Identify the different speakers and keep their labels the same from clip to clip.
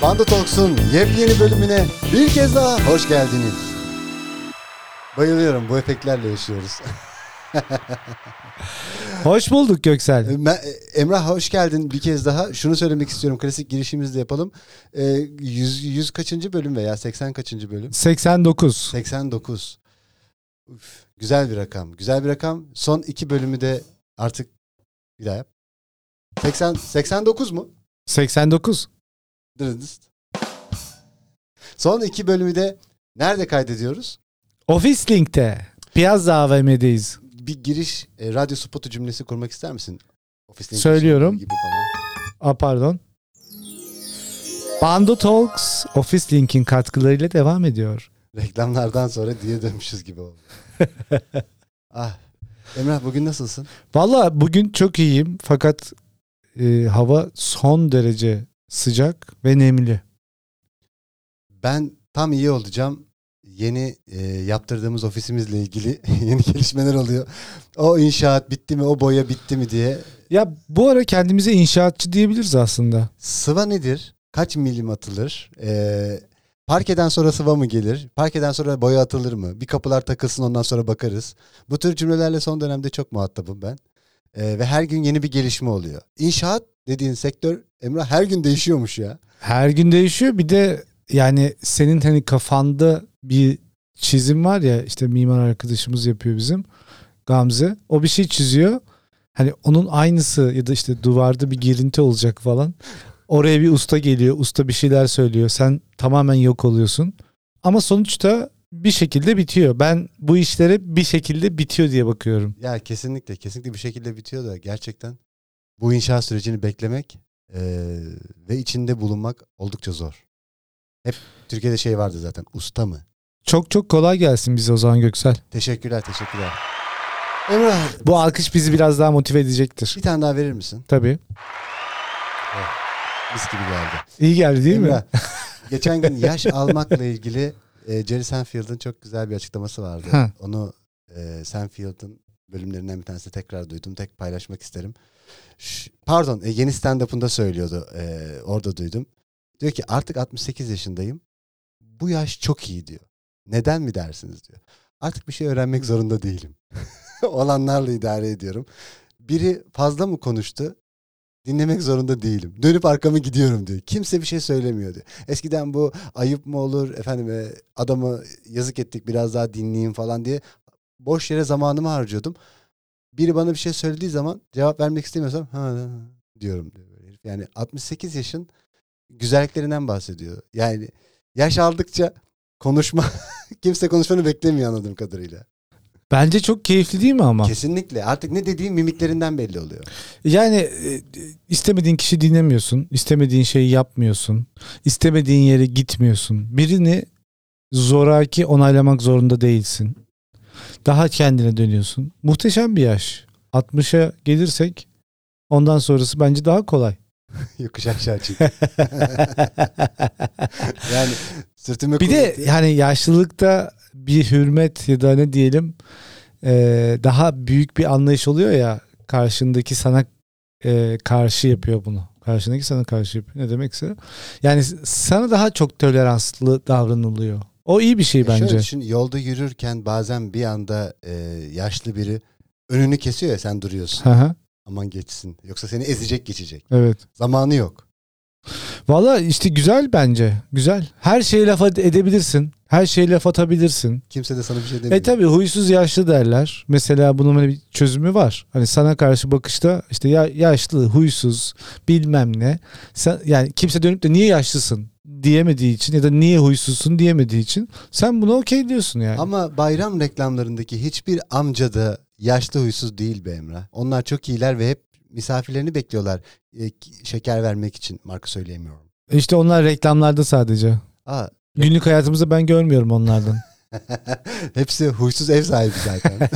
Speaker 1: Panda Talks'un yepyeni bölümüne bir kez daha hoş geldiniz. Bayılıyorum bu efektlerle yaşıyoruz.
Speaker 2: Hoş bulduk Göksel.
Speaker 1: Me- E, Emrah hoş geldin bir kez daha. Şunu söylemek istiyorum klasik girişimizi de yapalım. Ee, 100, 100 kaçıncı bölüm veya 80 kaçıncı bölüm?
Speaker 2: 89.
Speaker 1: 89. Üf, güzel bir rakam. Güzel bir rakam. Son iki bölümü de artık bir daha yap. 80, 89 mu?
Speaker 2: 89.
Speaker 1: Dırıdıst. Son iki bölümü de nerede kaydediyoruz?
Speaker 2: Office Link'te. Piyazda AVM'deyiz.
Speaker 1: Bir giriş e, radyo spotu cümlesi kurmak ister misin? Ofisinin
Speaker 2: Söylüyorum.
Speaker 1: girişi Gibi falan.
Speaker 2: A pardon. Bando Talks Office Link'in katkılarıyla devam ediyor.
Speaker 1: Reklamlardan sonra diye dönmüşüz gibi oldu. ah. Emrah bugün nasılsın?
Speaker 2: Valla bugün çok iyiyim fakat e, hava son derece sıcak ve nemli.
Speaker 1: Ben tam iyi olacağım. Yeni e, yaptırdığımız ofisimizle ilgili yeni gelişmeler oluyor. O inşaat bitti mi, o boya bitti mi diye.
Speaker 2: Ya bu ara kendimize inşaatçı diyebiliriz aslında.
Speaker 1: Sıva nedir? Kaç milim atılır? Ee, parkeden sonra sıva mı gelir? Parkeden sonra boya atılır mı? Bir kapılar takılsın ondan sonra bakarız. Bu tür cümlelerle son dönemde çok muhatabım ben. Ee, ve her gün yeni bir gelişme oluyor. İnşaat dediğin sektör Emrah her gün değişiyormuş ya.
Speaker 2: Her gün değişiyor. Bir de yani senin hani kafanda bir çizim var ya işte mimar arkadaşımız yapıyor bizim Gamze. O bir şey çiziyor. Hani onun aynısı ya da işte duvarda bir girinti olacak falan. Oraya bir usta geliyor. Usta bir şeyler söylüyor. Sen tamamen yok oluyorsun. Ama sonuçta bir şekilde bitiyor. Ben bu işlere bir şekilde bitiyor diye bakıyorum.
Speaker 1: Ya kesinlikle kesinlikle bir şekilde bitiyor da gerçekten bu inşaat sürecini beklemek ee, ve içinde bulunmak oldukça zor. Hep Türkiye'de şey vardı zaten usta mı?
Speaker 2: Çok çok kolay gelsin bize o zaman Göksel.
Speaker 1: Teşekkürler teşekkürler. Emrah
Speaker 2: Bu alkış bizi biraz daha motive edecektir.
Speaker 1: bir tane daha verir misin?
Speaker 2: Tabii.
Speaker 1: Mis gibi geldi.
Speaker 2: İyi geldi değil mi?
Speaker 1: Emrah, Geçen gün yaş almakla ilgili e, Jerry Seinfeld'in çok güzel bir açıklaması vardı.
Speaker 2: Ha.
Speaker 1: Onu e, Seinfeld'in bölümlerinden bir tanesinde tekrar duydum. Tek paylaşmak isterim. Ş- pardon e, yeni stand-up'ında söylüyordu. E, orada duydum. Diyor ki artık 68 yaşındayım. Bu yaş çok iyi diyor. Neden mi dersiniz diyor. Artık bir şey öğrenmek zorunda değilim. Olanlarla idare ediyorum. Biri fazla mı konuştu? Dinlemek zorunda değilim. Dönüp arkamı gidiyorum diyor. Kimse bir şey söylemiyor diyor. Eskiden bu ayıp mı olur efendim e, adamı yazık ettik biraz daha dinleyin falan diye boş yere zamanımı harcıyordum. Biri bana bir şey söylediği zaman cevap vermek istemiyorsam ha, ha, ha" diyorum diyor. böyle herif. Yani 68 yaşın güzelliklerinden bahsediyor. Yani yaş aldıkça konuşma kimse konuşmanı beklemiyor anladığım kadarıyla.
Speaker 2: Bence çok keyifli değil mi ama?
Speaker 1: Kesinlikle. Artık ne dediğim mimiklerinden belli oluyor.
Speaker 2: Yani e, istemediğin kişi dinlemiyorsun, istemediğin şeyi yapmıyorsun, istemediğin yere gitmiyorsun. Birini zoraki onaylamak zorunda değilsin. Daha kendine dönüyorsun. Muhteşem bir yaş. 60'a gelirsek ondan sonrası bence daha kolay.
Speaker 1: Yokuş aşağı çık. yani sırtımı
Speaker 2: Bir de
Speaker 1: kuvveti-
Speaker 2: yani yaşlılıkta bir hürmet ya da ne diyelim e, daha büyük bir anlayış oluyor ya karşındaki sana e, karşı yapıyor bunu. Karşındaki sana karşı yapıyor. Ne demekse. Yani sana daha çok toleranslı davranılıyor. O iyi bir şey
Speaker 1: E şöyle
Speaker 2: bence.
Speaker 1: düşün, yolda yürürken bazen bir anda e, yaşlı biri önünü kesiyor ya sen duruyorsun.
Speaker 2: Hı hı,
Speaker 1: Aman geçsin. Yoksa seni ezecek geçecek.
Speaker 2: evet.
Speaker 1: Zamanı yok.
Speaker 2: Valla işte güzel bence. Güzel. Her şeye laf edebilirsin. Her şeye laf atabilirsin.
Speaker 1: Kimse de sana bir şey demiyor.
Speaker 2: E tabi huysuz yaşlı derler. Mesela bunun hani bir çözümü var. Hani sana karşı bakışta işte ya, yaşlı, huysuz, bilmem ne. Sen, yani kimse dönüp de niye yaşlısın diyemediği için ya da niye huysuzsun diyemediği için sen buna okey diyorsun yani.
Speaker 1: Ama bayram reklamlarındaki hiçbir amca da yaşlı huysuz değil be Emrah. Onlar çok iyiler ve hep misafirlerini bekliyorlar. E, ki- şeker vermek için. Marka söyleyemiyorum.
Speaker 2: İşte onlar reklamlarda sadece.
Speaker 1: Aa,
Speaker 2: Günlük hayatımızda ben görmüyorum onlardan.
Speaker 1: hepsi huysuz ev sahibi zaten.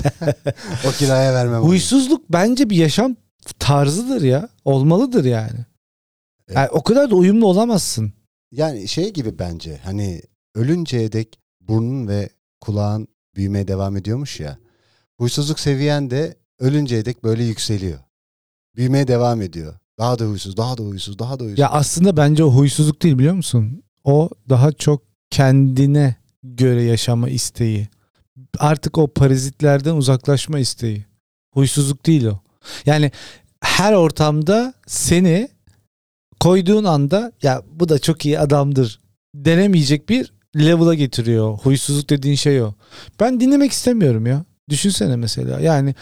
Speaker 1: o kiraya vermem. onu.
Speaker 2: Huysuzluk bence bir yaşam tarzıdır ya. Olmalıdır yani.
Speaker 1: Evet.
Speaker 2: yani o kadar da uyumlu olamazsın.
Speaker 1: Yani şey gibi bence hani ölünceye dek burnun ve kulağın büyümeye devam ediyormuş ya. Huysuzluk seviyen de ölünceye dek böyle yükseliyor. Büyümeye devam ediyor. Daha da huysuz, daha da huysuz, daha da huysuz.
Speaker 2: Ya aslında bence o huysuzluk değil biliyor musun? O daha çok kendine göre yaşama isteği. Artık o parazitlerden uzaklaşma isteği. Huysuzluk değil o. Yani her ortamda seni koyduğun anda ya bu da çok iyi adamdır denemeyecek bir level'a getiriyor. Huysuzluk dediğin şey o. Ben dinlemek istemiyorum ya. Düşünsene mesela. Yani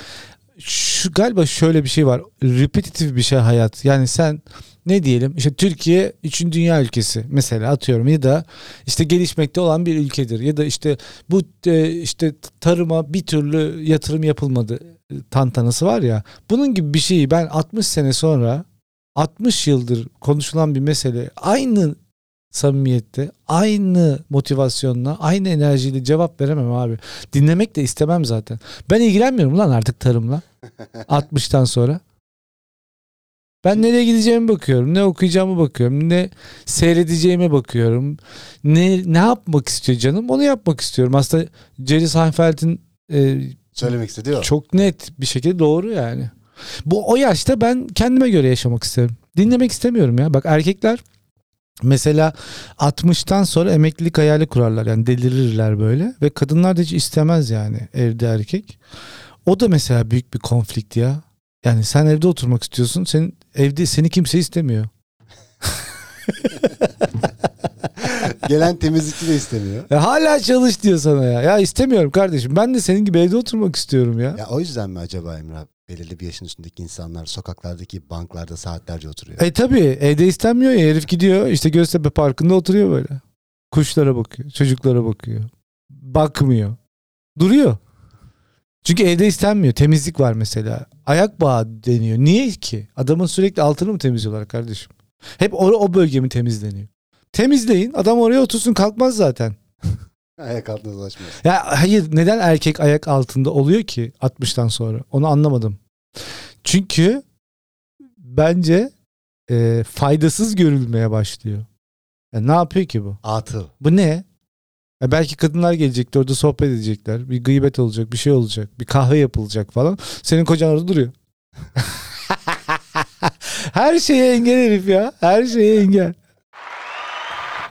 Speaker 2: şu galiba şöyle bir şey var. Repetitif bir şey hayat. Yani sen ne diyelim işte Türkiye 3. dünya ülkesi mesela atıyorum ya da işte gelişmekte olan bir ülkedir ya da işte bu e, işte tarıma bir türlü yatırım yapılmadı e, tantanası var ya bunun gibi bir şeyi ben 60 sene sonra 60 yıldır konuşulan bir mesele aynı samimiyette aynı motivasyonla aynı enerjiyle cevap veremem abi. Dinlemek de istemem zaten. Ben ilgilenmiyorum lan artık tarımla 60'tan sonra. Ben nereye gideceğime bakıyorum, ne okuyacağımı bakıyorum, ne seyredeceğime bakıyorum. Ne ne yapmak istiyor canım? Onu yapmak istiyorum. Aslında Jerry Seinfeld'in e,
Speaker 1: Söylemek istediği o.
Speaker 2: çok net bir şekilde doğru yani. Bu o yaşta ben kendime göre yaşamak isterim. Dinlemek istemiyorum ya. Bak erkekler mesela 60'tan sonra emeklilik hayali kurarlar. Yani delirirler böyle ve kadınlar da hiç istemez yani evde erkek. O da mesela büyük bir konflikt ya. Yani sen evde oturmak istiyorsun. Senin evde seni kimse istemiyor.
Speaker 1: Gelen temizlikçi de istemiyor.
Speaker 2: Ya E hala çalış diyor sana ya. Ya istemiyorum kardeşim. Ben de senin gibi evde oturmak istiyorum ya.
Speaker 1: Ya o yüzden mi acaba Emrah belirli bir yaşın üstündeki insanlar sokaklardaki banklarda saatlerce oturuyor?
Speaker 2: E tabi evde istenmiyor ya herif gidiyor işte Göztepe Parkı'nda oturuyor böyle. Kuşlara bakıyor, çocuklara bakıyor. Bakmıyor. Duruyor. Çünkü evde istenmiyor. Temizlik var mesela. Ayak bağı deniyor. Niye ki? Adamın sürekli altını mı temizliyorlar kardeşim? Hep o, o bölge mi temizleniyor? Temizleyin. Adam oraya otursun kalkmaz zaten.
Speaker 1: Ayak altına dolaşmıyorsun.
Speaker 2: Ya hayır neden erkek ayak altında oluyor ki 60'tan sonra? Onu anlamadım. Çünkü bence e, faydasız görülmeye başlıyor. Ya ne yapıyor ki bu?
Speaker 1: Atıl.
Speaker 2: Bu ne? Ya belki kadınlar gelecekti orada sohbet edecekler. Bir gıybet olacak, bir şey olacak. Bir kahve yapılacak falan. Senin kocan orada duruyor. Her şeye engel herif ya. Her şeye engel.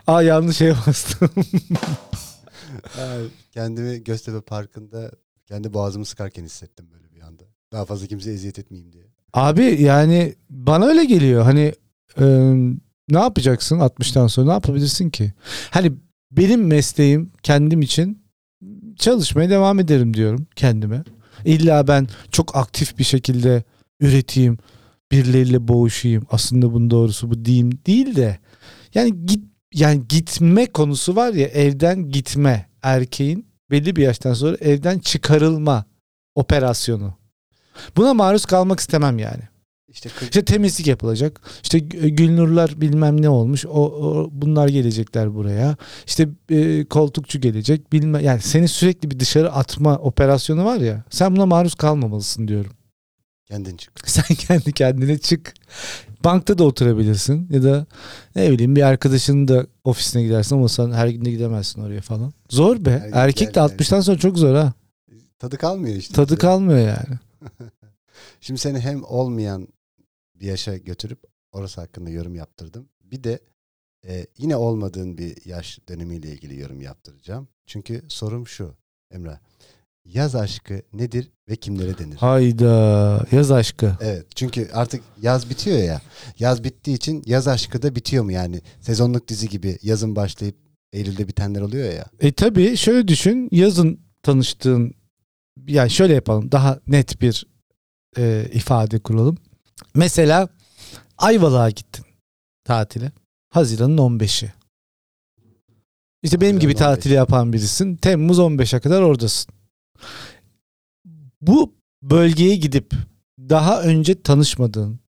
Speaker 2: Aa yanlış şeye bastım.
Speaker 1: Ay, kendimi Göztepe Parkı'nda kendi boğazımı sıkarken hissettim böyle bir anda. Daha fazla kimseye eziyet etmeyeyim diye.
Speaker 2: Abi yani bana öyle geliyor. Hani e, ne yapacaksın 60'tan sonra ne yapabilirsin ki? Hani benim mesleğim kendim için çalışmaya devam ederim diyorum kendime. İlla ben çok aktif bir şekilde üreteyim, birileriyle boğuşayım. Aslında bunun doğrusu bu diyeyim değil de yani git yani gitme konusu var ya evden gitme erkeğin belli bir yaştan sonra evden çıkarılma operasyonu. Buna maruz kalmak istemem yani.
Speaker 1: İşte kırk-
Speaker 2: İşte temizlik yapılacak. İşte Gü- e, Gülnurlar bilmem ne olmuş. O, o- bunlar gelecekler buraya. İşte e, koltukçu gelecek. Bilme yani seni sürekli bir dışarı atma operasyonu var ya. Sen buna maruz kalmamalısın diyorum.
Speaker 1: kendin çık.
Speaker 2: Sen kendi kendine çık. Bankta da oturabilirsin ya da ne bileyim bir arkadaşının da ofisine gidersin ama sen her gün de gidemezsin oraya falan. Zor be.
Speaker 1: Erkek
Speaker 2: Erkek de
Speaker 1: yani.
Speaker 2: 60'tan sonra çok zor ha.
Speaker 1: Tadı kalmıyor işte.
Speaker 2: Tadı kalmıyor yani.
Speaker 1: Şimdi seni hem olmayan bir yaşa götürüp orası hakkında yorum yaptırdım. Bir de e, yine olmadığın bir yaş dönemiyle ilgili yorum yaptıracağım. Çünkü sorum şu Emrah. Yaz aşkı nedir ve kimlere denir?
Speaker 2: Hayda yaz aşkı.
Speaker 1: Evet çünkü artık yaz bitiyor ya. Yaz bittiği için yaz aşkı da bitiyor mu yani? Sezonluk dizi gibi yazın başlayıp Eylül'de bitenler oluyor ya.
Speaker 2: E tabii şöyle düşün yazın tanıştığın yani şöyle yapalım daha net bir e, ifade kuralım. Mesela Ayvalık'a gittin tatile. Haziran'ın 15'i. İşte benim
Speaker 1: Haziran'ın
Speaker 2: gibi tatil
Speaker 1: 15'i.
Speaker 2: yapan birisin. Temmuz 15'e kadar oradasın. Bu bölgeye gidip daha önce tanışmadığın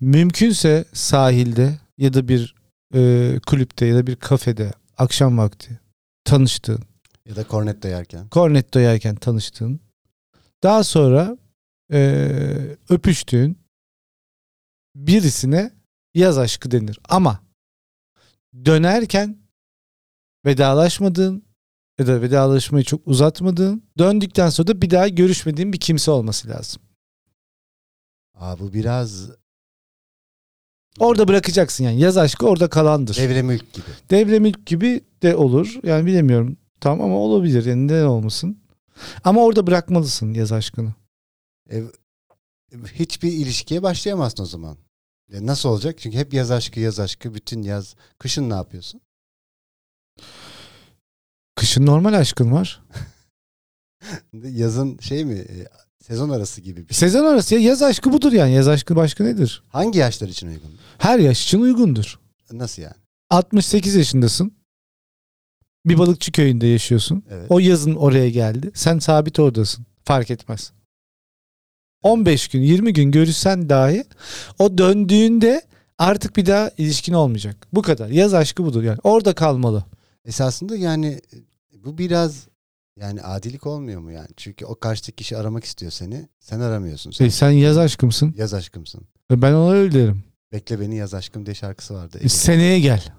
Speaker 2: mümkünse sahilde ya da bir e, kulüpte ya da bir kafede akşam vakti tanıştığın,
Speaker 1: Ya da kornetto yerken.
Speaker 2: kornetto yerken tanıştığın, daha sonra e, öpüştüğün birisine yaz aşkı denir. Ama dönerken vedalaşmadığın ya da vedalaşmayı çok uzatmadığın, döndükten sonra da bir daha görüşmediğin bir kimse olması lazım.
Speaker 1: Aa bu biraz
Speaker 2: Orada bırakacaksın yani. Yaz aşkı orada kalandır.
Speaker 1: Devre mülk gibi.
Speaker 2: Devre mülk gibi de olur. Yani bilemiyorum. Tamam ama olabilir. Yani neden olmasın? Ama orada bırakmalısın yaz aşkını.
Speaker 1: E, hiçbir ilişkiye başlayamazsın o zaman. E, nasıl olacak? Çünkü hep yaz aşkı yaz aşkı bütün yaz. Kışın ne yapıyorsun?
Speaker 2: Kışın normal aşkın var.
Speaker 1: Yazın şey mi? e, Sezon arası gibi bir şey.
Speaker 2: Sezon arası ya yaz aşkı budur yani. Yaz aşkı başka nedir?
Speaker 1: Hangi yaşlar için uygun?
Speaker 2: Her yaş için uygundur.
Speaker 1: Nasıl yani?
Speaker 2: 68 yaşındasın. Bir balıkçı köyünde yaşıyorsun.
Speaker 1: Evet.
Speaker 2: O yazın oraya geldi. Sen sabit oradasın. Fark etmez. 15 gün, 20 gün görüşsen dahi o döndüğünde artık bir daha ilişkin olmayacak. Bu kadar. Yaz aşkı budur yani. Orada kalmalı.
Speaker 1: Esasında yani e, bu biraz yani adilik olmuyor mu yani? Çünkü o karşıdaki kişi aramak istiyor seni. Sen aramıyorsun. Sen
Speaker 2: E, sen yaz aşkımsın.
Speaker 1: yaz aşkımsın.
Speaker 2: E, Ben ona öyle derim.
Speaker 1: Bekle beni yaz aşkım diye şarkısı vardı.
Speaker 2: E, Seneye gel.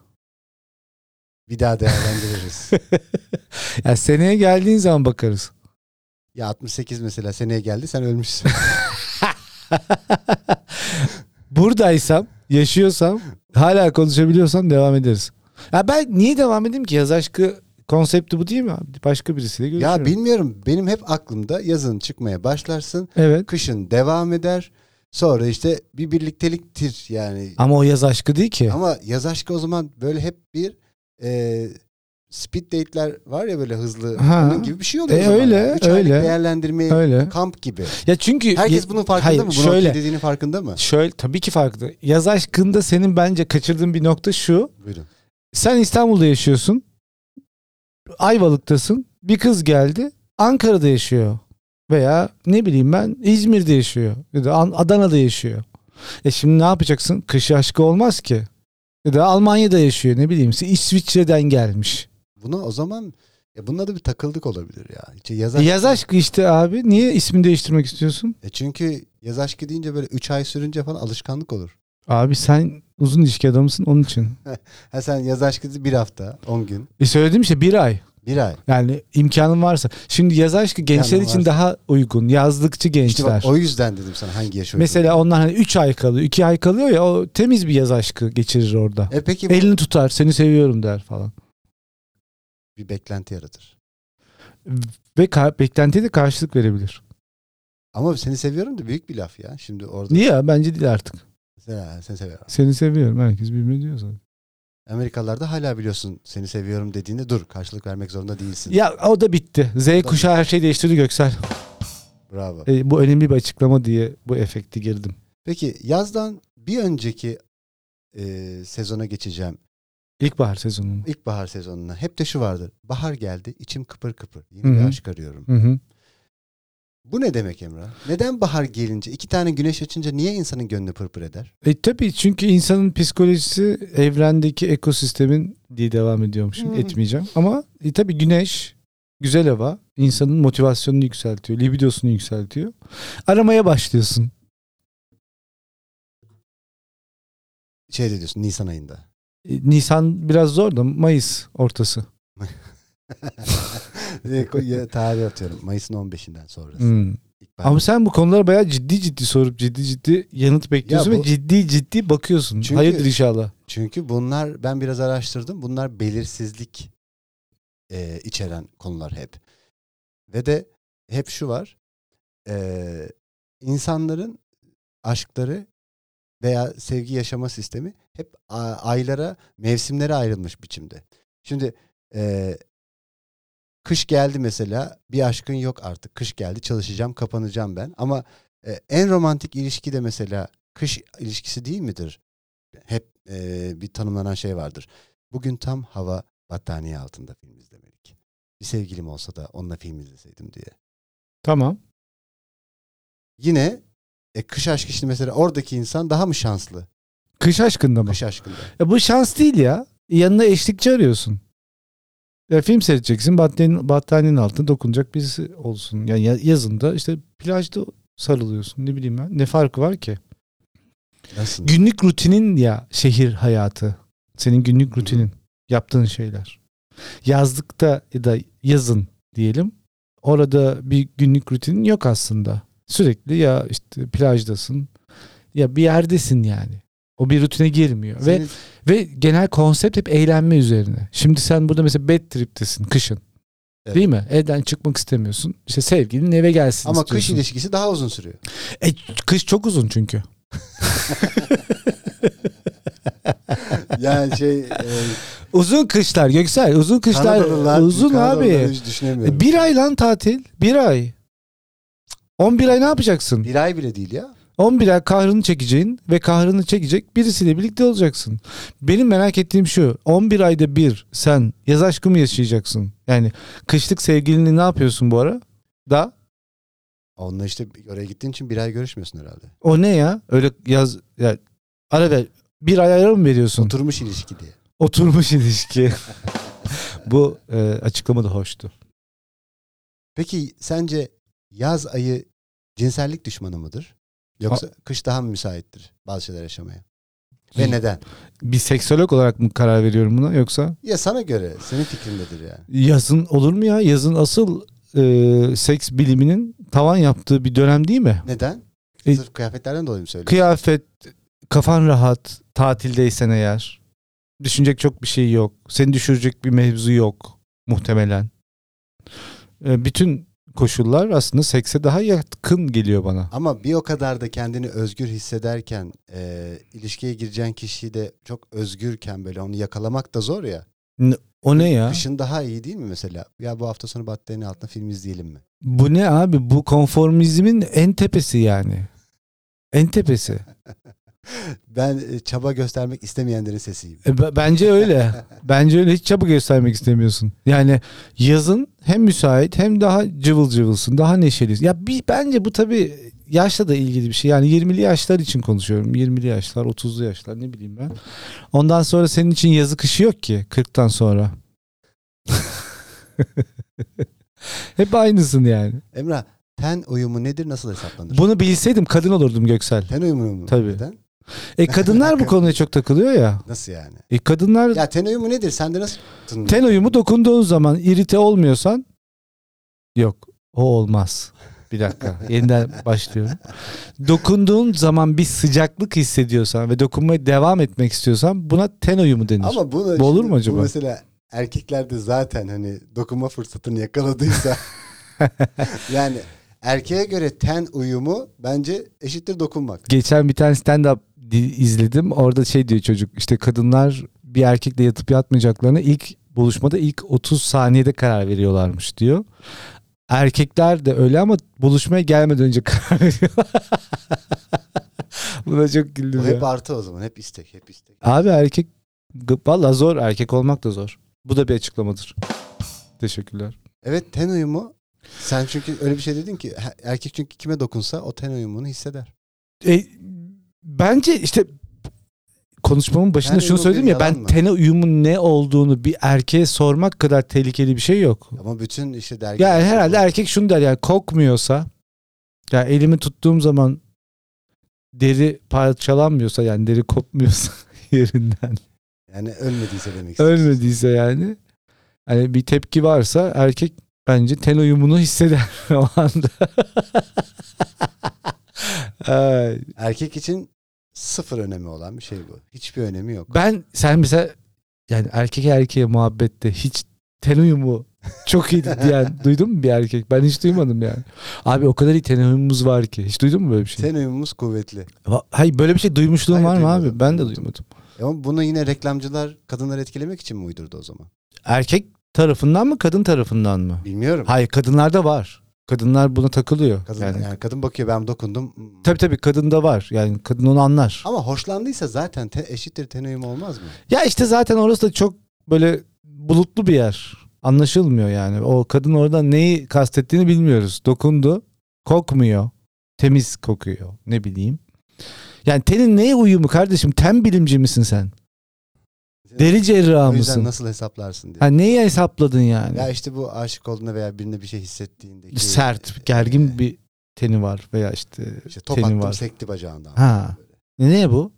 Speaker 1: Bir daha değerlendiririz.
Speaker 2: Yani seneye geldiğin zaman bakarız.
Speaker 1: ya 68 mesela seneye geldi sen ölmüşsün.
Speaker 2: Buradaysam, yaşıyorsam, hala konuşabiliyorsam devam ederiz. Ya ben niye devam edeyim ki? Yaz aşkı konsepti bu değil mi? abi? Başka birisiyle görüşürüm.
Speaker 1: ya bilmiyorum benim hep aklımda yazın çıkmaya başlarsın.
Speaker 2: Evet.
Speaker 1: Kışın devam eder. Sonra işte bir birlikteliktir yani.
Speaker 2: Ama o yaz aşkı değil ki.
Speaker 1: Ama yaz aşkı o zaman böyle hep bir e, speed date'ler var ya böyle hızlı.
Speaker 2: Ha.
Speaker 1: Onun gibi bir şey oluyor.
Speaker 2: E,
Speaker 1: o zaman.
Speaker 2: öyle,
Speaker 1: Üç aylık
Speaker 2: öyle.
Speaker 1: değerlendirmeye
Speaker 2: Öyle.
Speaker 1: kamp gibi.
Speaker 2: Ya çünkü
Speaker 1: Herkes bunun farkında
Speaker 2: Hayır,
Speaker 1: mı? Bunun
Speaker 2: şöyle.
Speaker 1: okey dediğinin farkında mı?
Speaker 2: şöyle tabii ki farklı. Yaz aşkında senin bence kaçırdığın bir nokta şu.
Speaker 1: Buyurun.
Speaker 2: Sen İstanbul'da yaşıyorsun. Ayvalık'tasın. Bir kız geldi. Ankara'da yaşıyor. Veya ne bileyim ben İzmir'de yaşıyor. Ya da An- Adana'da yaşıyor. E şimdi ne yapacaksın? Kışı aşkı olmaz ki. Ya da Almanya'da yaşıyor ne bileyim. İsviçre'den gelmiş.
Speaker 1: Buna o zaman ya bunun adı bir takıldık olabilir ya. İşte yaz
Speaker 2: E
Speaker 1: aşkı-
Speaker 2: Yaz aşkı işte abi. Niye ismini değiştirmek istiyorsun?
Speaker 1: E çünkü yaz aşkı deyince böyle 3 ay sürünce falan alışkanlık olur.
Speaker 2: Abi sen uzun ilişki adamısın onun için.
Speaker 1: Ha sen yaz aşkı bir hafta, 10 gün,
Speaker 2: E söylediğim işte bir ay.
Speaker 1: bir ay.
Speaker 2: Yani imkanın varsa. Şimdi yaz aşkı gençler
Speaker 1: İmkanın
Speaker 2: için
Speaker 1: varsa.
Speaker 2: daha uygun. Yazlıkçı
Speaker 1: İşte
Speaker 2: gençler.
Speaker 1: bak, o yüzden dedim sana hangi yaş uygun.
Speaker 2: Mesela onlar hani 3 ay kalıyor, 2 ay kalıyor ya o temiz bir yaz aşkı geçirir orada.
Speaker 1: E peki bu
Speaker 2: Elini tutar, seni seviyorum der falan.
Speaker 1: bir beklenti yaratır.
Speaker 2: Ve ka- beklentiye de karşılık verebilir.
Speaker 1: Ama seni seviyorum da büyük bir laf ya. Şimdi orada
Speaker 2: Niye? ya? Bence değil artık.
Speaker 1: Mesela seni seviyorum.
Speaker 2: Seni seviyorum. Herkes birbirine diyor zaten.
Speaker 1: Amerikalılar da hala biliyorsun seni seviyorum dediğinde dur karşılık vermek zorunda değilsin.
Speaker 2: Ya o da bitti. Z kuşağı her şeyi değiştirdi Göksel.
Speaker 1: Bravo.
Speaker 2: E, bu önemli bir açıklama diye bu efekti girdim.
Speaker 1: Peki yazdan bir önceki e, sezona geçeceğim.
Speaker 2: İlkbahar sezonu. mu?
Speaker 1: İlkbahar sezonuna hep de şu vardır. Bahar geldi içim kıpır kıpır. Yeni
Speaker 2: Hı
Speaker 1: bir
Speaker 2: hı.
Speaker 1: aşk arıyorum.
Speaker 2: Hı hı.
Speaker 1: Bu ne demek Emrah? Neden bahar gelince iki tane güneş açınca niye insanın gönlü pırpır eder?
Speaker 2: E tabii çünkü insanın psikolojisi evrendeki ekosistemin diye devam ediyorum şimdi
Speaker 1: Hı.
Speaker 2: etmeyeceğim. Ama e, tabii güneş, güzel hava insanın motivasyonunu yükseltiyor, libidosunu yükseltiyor. Aramaya başlıyorsun.
Speaker 1: Şey de diyorsun Nisan ayında.
Speaker 2: E, Nisan biraz zor da Mayıs ortası.
Speaker 1: Ya Tarih atıyorum. Mayıs'ın 15'inden sonrası.
Speaker 2: Hmm.
Speaker 1: İlkbahar.
Speaker 2: Ama sen bu konulara bayağı ciddi ciddi sorup ciddi ciddi yanıt bekliyorsun
Speaker 1: Ya bu-
Speaker 2: ve ciddi ciddi bakıyorsun.
Speaker 1: Çünkü-
Speaker 2: Hayırdır inşallah.
Speaker 1: Çünkü bunlar ben biraz araştırdım. Bunlar belirsizlik e, içeren konular hep. Ve de hep şu var. E, insanların aşkları veya sevgi yaşama sistemi hep a- aylara, mevsimlere ayrılmış biçimde. Şimdi e, kış geldi mesela bir aşkın yok artık. Kış geldi çalışacağım, kapanacağım ben. Ama e, en romantik ilişki de mesela kış ilişkisi değil midir? hep e, bir tanımlanan şey vardır. Bugün tam hava battaniye altında film izlemelik. Bir sevgilim olsa da onunla film izleseydim diye.
Speaker 2: Tamam.
Speaker 1: Yine e, kış aşkı işte mesela oradaki insan daha mı şanslı
Speaker 2: Kış aşkında mı?
Speaker 1: kış aşkında?
Speaker 2: Ya E, bu şans değil ya. Yanına eşlikçi arıyorsun. Ya film seyredeceksin. Battaniyenin, battaniyenin altında dokunacak birisi olsun. Yani ya- yazında işte plajda sarılıyorsun. Ne bileyim ben. Ne farkı var ki?
Speaker 1: Nasıl?
Speaker 2: Günlük rutinin ya şehir hayatı. Senin günlük rutinin. Yaptığın şeyler. Yazlıkta ya da yazın diyelim. Orada bir günlük rutinin yok aslında. Sürekli ya işte plajdasın ya bir yerdesin yani. O bir rutine girmiyor. Ve
Speaker 1: Senin-
Speaker 2: ve genel konsept hep eğlenme üzerine. Şimdi sen burada mesela bed triptesin kışın.
Speaker 1: Evet.
Speaker 2: Değil mi? Evden çıkmak istemiyorsun. İşte sevgilin eve gelsin
Speaker 1: ama kış
Speaker 2: istiyorsun.
Speaker 1: ilişkisi daha uzun sürüyor.
Speaker 2: E, kış çok uzun çünkü.
Speaker 1: Yani şey e,
Speaker 2: Uzun kışlar Göksel. Uzun kışlar
Speaker 1: Kanadalılar-
Speaker 2: uzun
Speaker 1: Kanadalıları
Speaker 2: abi.
Speaker 1: hiç düşünemiyorum.
Speaker 2: E, Bir ay lan tatil. Bir ay. 11 ay ne yapacaksın?
Speaker 1: Bir ay bile değil ya.
Speaker 2: 11 ay kahrını çekeceğin ve kahrını çekecek birisiyle birlikte olacaksın. Benim merak ettiğim şu. 11 ayda bir sen yaz aşkı mı yaşayacaksın? Yani kışlık sevgilini ne yapıyorsun bu ara? Da
Speaker 1: Onunla işte oraya gittiğin için bir ay görüşmüyorsun herhalde.
Speaker 2: o ne ya? Öyle yaz ya ara ver. Bir ay ara mı veriyorsun?
Speaker 1: Oturmuş ilişki diye.
Speaker 2: Oturmuş ilişki. bu e, açıklama da hoştu.
Speaker 1: Peki sence yaz ayı cinsellik düşmanı mıdır? Yoksa kış daha mı müsaittir bazı şeyler yaşamaya? Ve neden?
Speaker 2: Bir seksolog olarak mı karar veriyorum buna yoksa?
Speaker 1: Ya sana göre, senin fikrin nedir yani?
Speaker 2: Yazın olur mu ya? Yazın asıl e, seks biliminin tavan yaptığı bir dönem değil mi?
Speaker 1: Neden?
Speaker 2: E-
Speaker 1: Sırf kıyafetlerden dolayı mı söylüyorsun?
Speaker 2: Kıyafet, kafan rahat, tatildeysen eğer. Düşünecek çok bir şey yok. Seni düşürecek bir mevzu yok muhtemelen. E, bütün koşullar aslında sekse daha yakın geliyor bana.
Speaker 1: Ama bir o kadar da kendini özgür hissederken e, ilişkiye gireceğin kişiyi de çok özgürken böyle onu yakalamak da zor ya.
Speaker 2: O ne ya?
Speaker 1: Kışın daha iyi değil mi mesela? Ya bu hafta sonu battaniyenin altında film izleyelim mi?
Speaker 2: Bu ne abi? Bu konformizmin en tepesi yani. En tepesi.
Speaker 1: Ben e, çaba göstermek istemeyenlerin sesiyim.
Speaker 2: E, b- Bence öyle. Bence öyle hiç çabuk göstermek istemiyorsun. Yani yazın hem müsait hem daha cıvıl cıvılsın, daha neşelisin. Ya bir, bence bu tabii yaşla da ilgili bir şey. Yani 20'li yaşlar için konuşuyorum. 20'li yaşlar, 30'lu yaşlar ne bileyim ben. Ondan sonra senin için yazı kışı yok ki 40'tan sonra. Hep aynısın yani.
Speaker 1: Emrah ten uyumu nedir nasıl hesaplanır?
Speaker 2: Bunu bilseydim kadın olurdum Göksel.
Speaker 1: Ten uyumu mu?
Speaker 2: Tabii.
Speaker 1: Neden?
Speaker 2: E kadınlar bu konuya çok takılıyor ya.
Speaker 1: Nasıl yani?
Speaker 2: E kadınlar
Speaker 1: Ya ten uyumu nedir? Sen de nasıl tuttun?
Speaker 2: ten uyumu dokunduğun zaman irite olmuyorsan yok o olmaz. Bir dakika yeniden başlıyorum. Dokunduğun zaman bir sıcaklık hissediyorsan ve dokunmaya devam etmek istiyorsan buna ten uyumu denir.
Speaker 1: Ama bunu
Speaker 2: Bu olur
Speaker 1: şimdi-
Speaker 2: mu acaba?
Speaker 1: Bu mesela erkeklerde zaten hani dokunma fırsatını yakaladıysa yani erkeğe göre ten uyumu bence eşittir dokunmak.
Speaker 2: Geçen bir tane stand-up di- izledim. Orada şey diyor çocuk işte kadınlar bir erkekle yatıp yatmayacaklarını ilk buluşmada ilk 30 saniyede karar veriyorlarmış diyor. Erkekler de öyle ama buluşmaya gelmeden önce karar veriyorlar. Buna çok
Speaker 1: Bu
Speaker 2: güldüm
Speaker 1: hep
Speaker 2: ya.
Speaker 1: artı o zaman. Hep istek, hep istek.
Speaker 2: Abi erkek valla zor erkek olmak da zor. Bu da bir açıklamadır. Teşekkürler.
Speaker 1: Evet ten uyumu sen çünkü öyle bir şey dedin ki he- erkek çünkü kime dokunsa o ten uyumunu hisseder.
Speaker 2: E, bence işte konuşmamın başında
Speaker 1: Yani
Speaker 2: şunu
Speaker 1: bu
Speaker 2: söyledim
Speaker 1: bir
Speaker 2: ya ben
Speaker 1: yalan mı?
Speaker 2: tene uyumun ne olduğunu bir erkeğe sormak kadar tehlikeli bir şey yok.
Speaker 1: Ama bütün işte dergi
Speaker 2: Yani herhalde er- erkek şunu der yani kokmuyorsa ya elimi tuttuğum zaman deri parçalanmıyorsa yani deri kopmuyorsa yerinden
Speaker 1: yani ölmediyse demek istiyorum.
Speaker 2: ölmediyse yani hani bir tepki varsa erkek bence ten uyumunu hisseder o anda. Ay,
Speaker 1: Erkek için sıfır önemi olan bir şey bu. Hiçbir önemi yok.
Speaker 2: Ben sen mesela yani erkek erkeğe muhabbette hiç ten uyumu çok iyi diyen duydun mu bir erkek? Ben hiç duymadım yani. Abi o kadar iyi ten uyumumuz var ki. Hiç duydun mu böyle bir şey?
Speaker 1: Ten uyumumuz kuvvetli.
Speaker 2: Va- Hayır böyle bir şey duymuşluğun
Speaker 1: Hayır,
Speaker 2: var mı
Speaker 1: duymadım,
Speaker 2: abi? Ben de
Speaker 1: duymadım.
Speaker 2: duymadım.
Speaker 1: E Ama bunu yine reklamcılar kadınları etkilemek için mi uydurdu o zaman?
Speaker 2: Erkek tarafından mı kadın tarafından mı?
Speaker 1: Bilmiyorum.
Speaker 2: Hayır kadınlarda var. Kadınlar buna takılıyor.
Speaker 1: Kadın,
Speaker 2: yani.
Speaker 1: yani. kadın bakıyor ben dokundum. Hmm.
Speaker 2: Tabii tabii kadında var. Yani kadın onu anlar.
Speaker 1: Ama hoşlandıysa zaten te- eşittir ten uyumu olmaz mı?
Speaker 2: Ya işte zaten orası da çok böyle bulutlu bir yer. Anlaşılmıyor yani. O kadın orada neyi kastettiğini bilmiyoruz. Dokundu. Kokmuyor. Temiz kokuyor. Ne bileyim. Yani tenin neye uyumu kardeşim? Ten bilimci misin sen? Deri cerrahı
Speaker 1: o yüzden
Speaker 2: mısın?
Speaker 1: nasıl hesaplarsın diye.
Speaker 2: Ha, neyi hesapladın yani?
Speaker 1: Ya işte bu aşık olduğunda veya birine bir şey hissettiğindeki.
Speaker 2: Sert, gergin bir teni var veya işte
Speaker 1: İşte top
Speaker 2: teni
Speaker 1: attım
Speaker 2: var.
Speaker 1: sekti bacağından.
Speaker 2: Ha. Ne bu?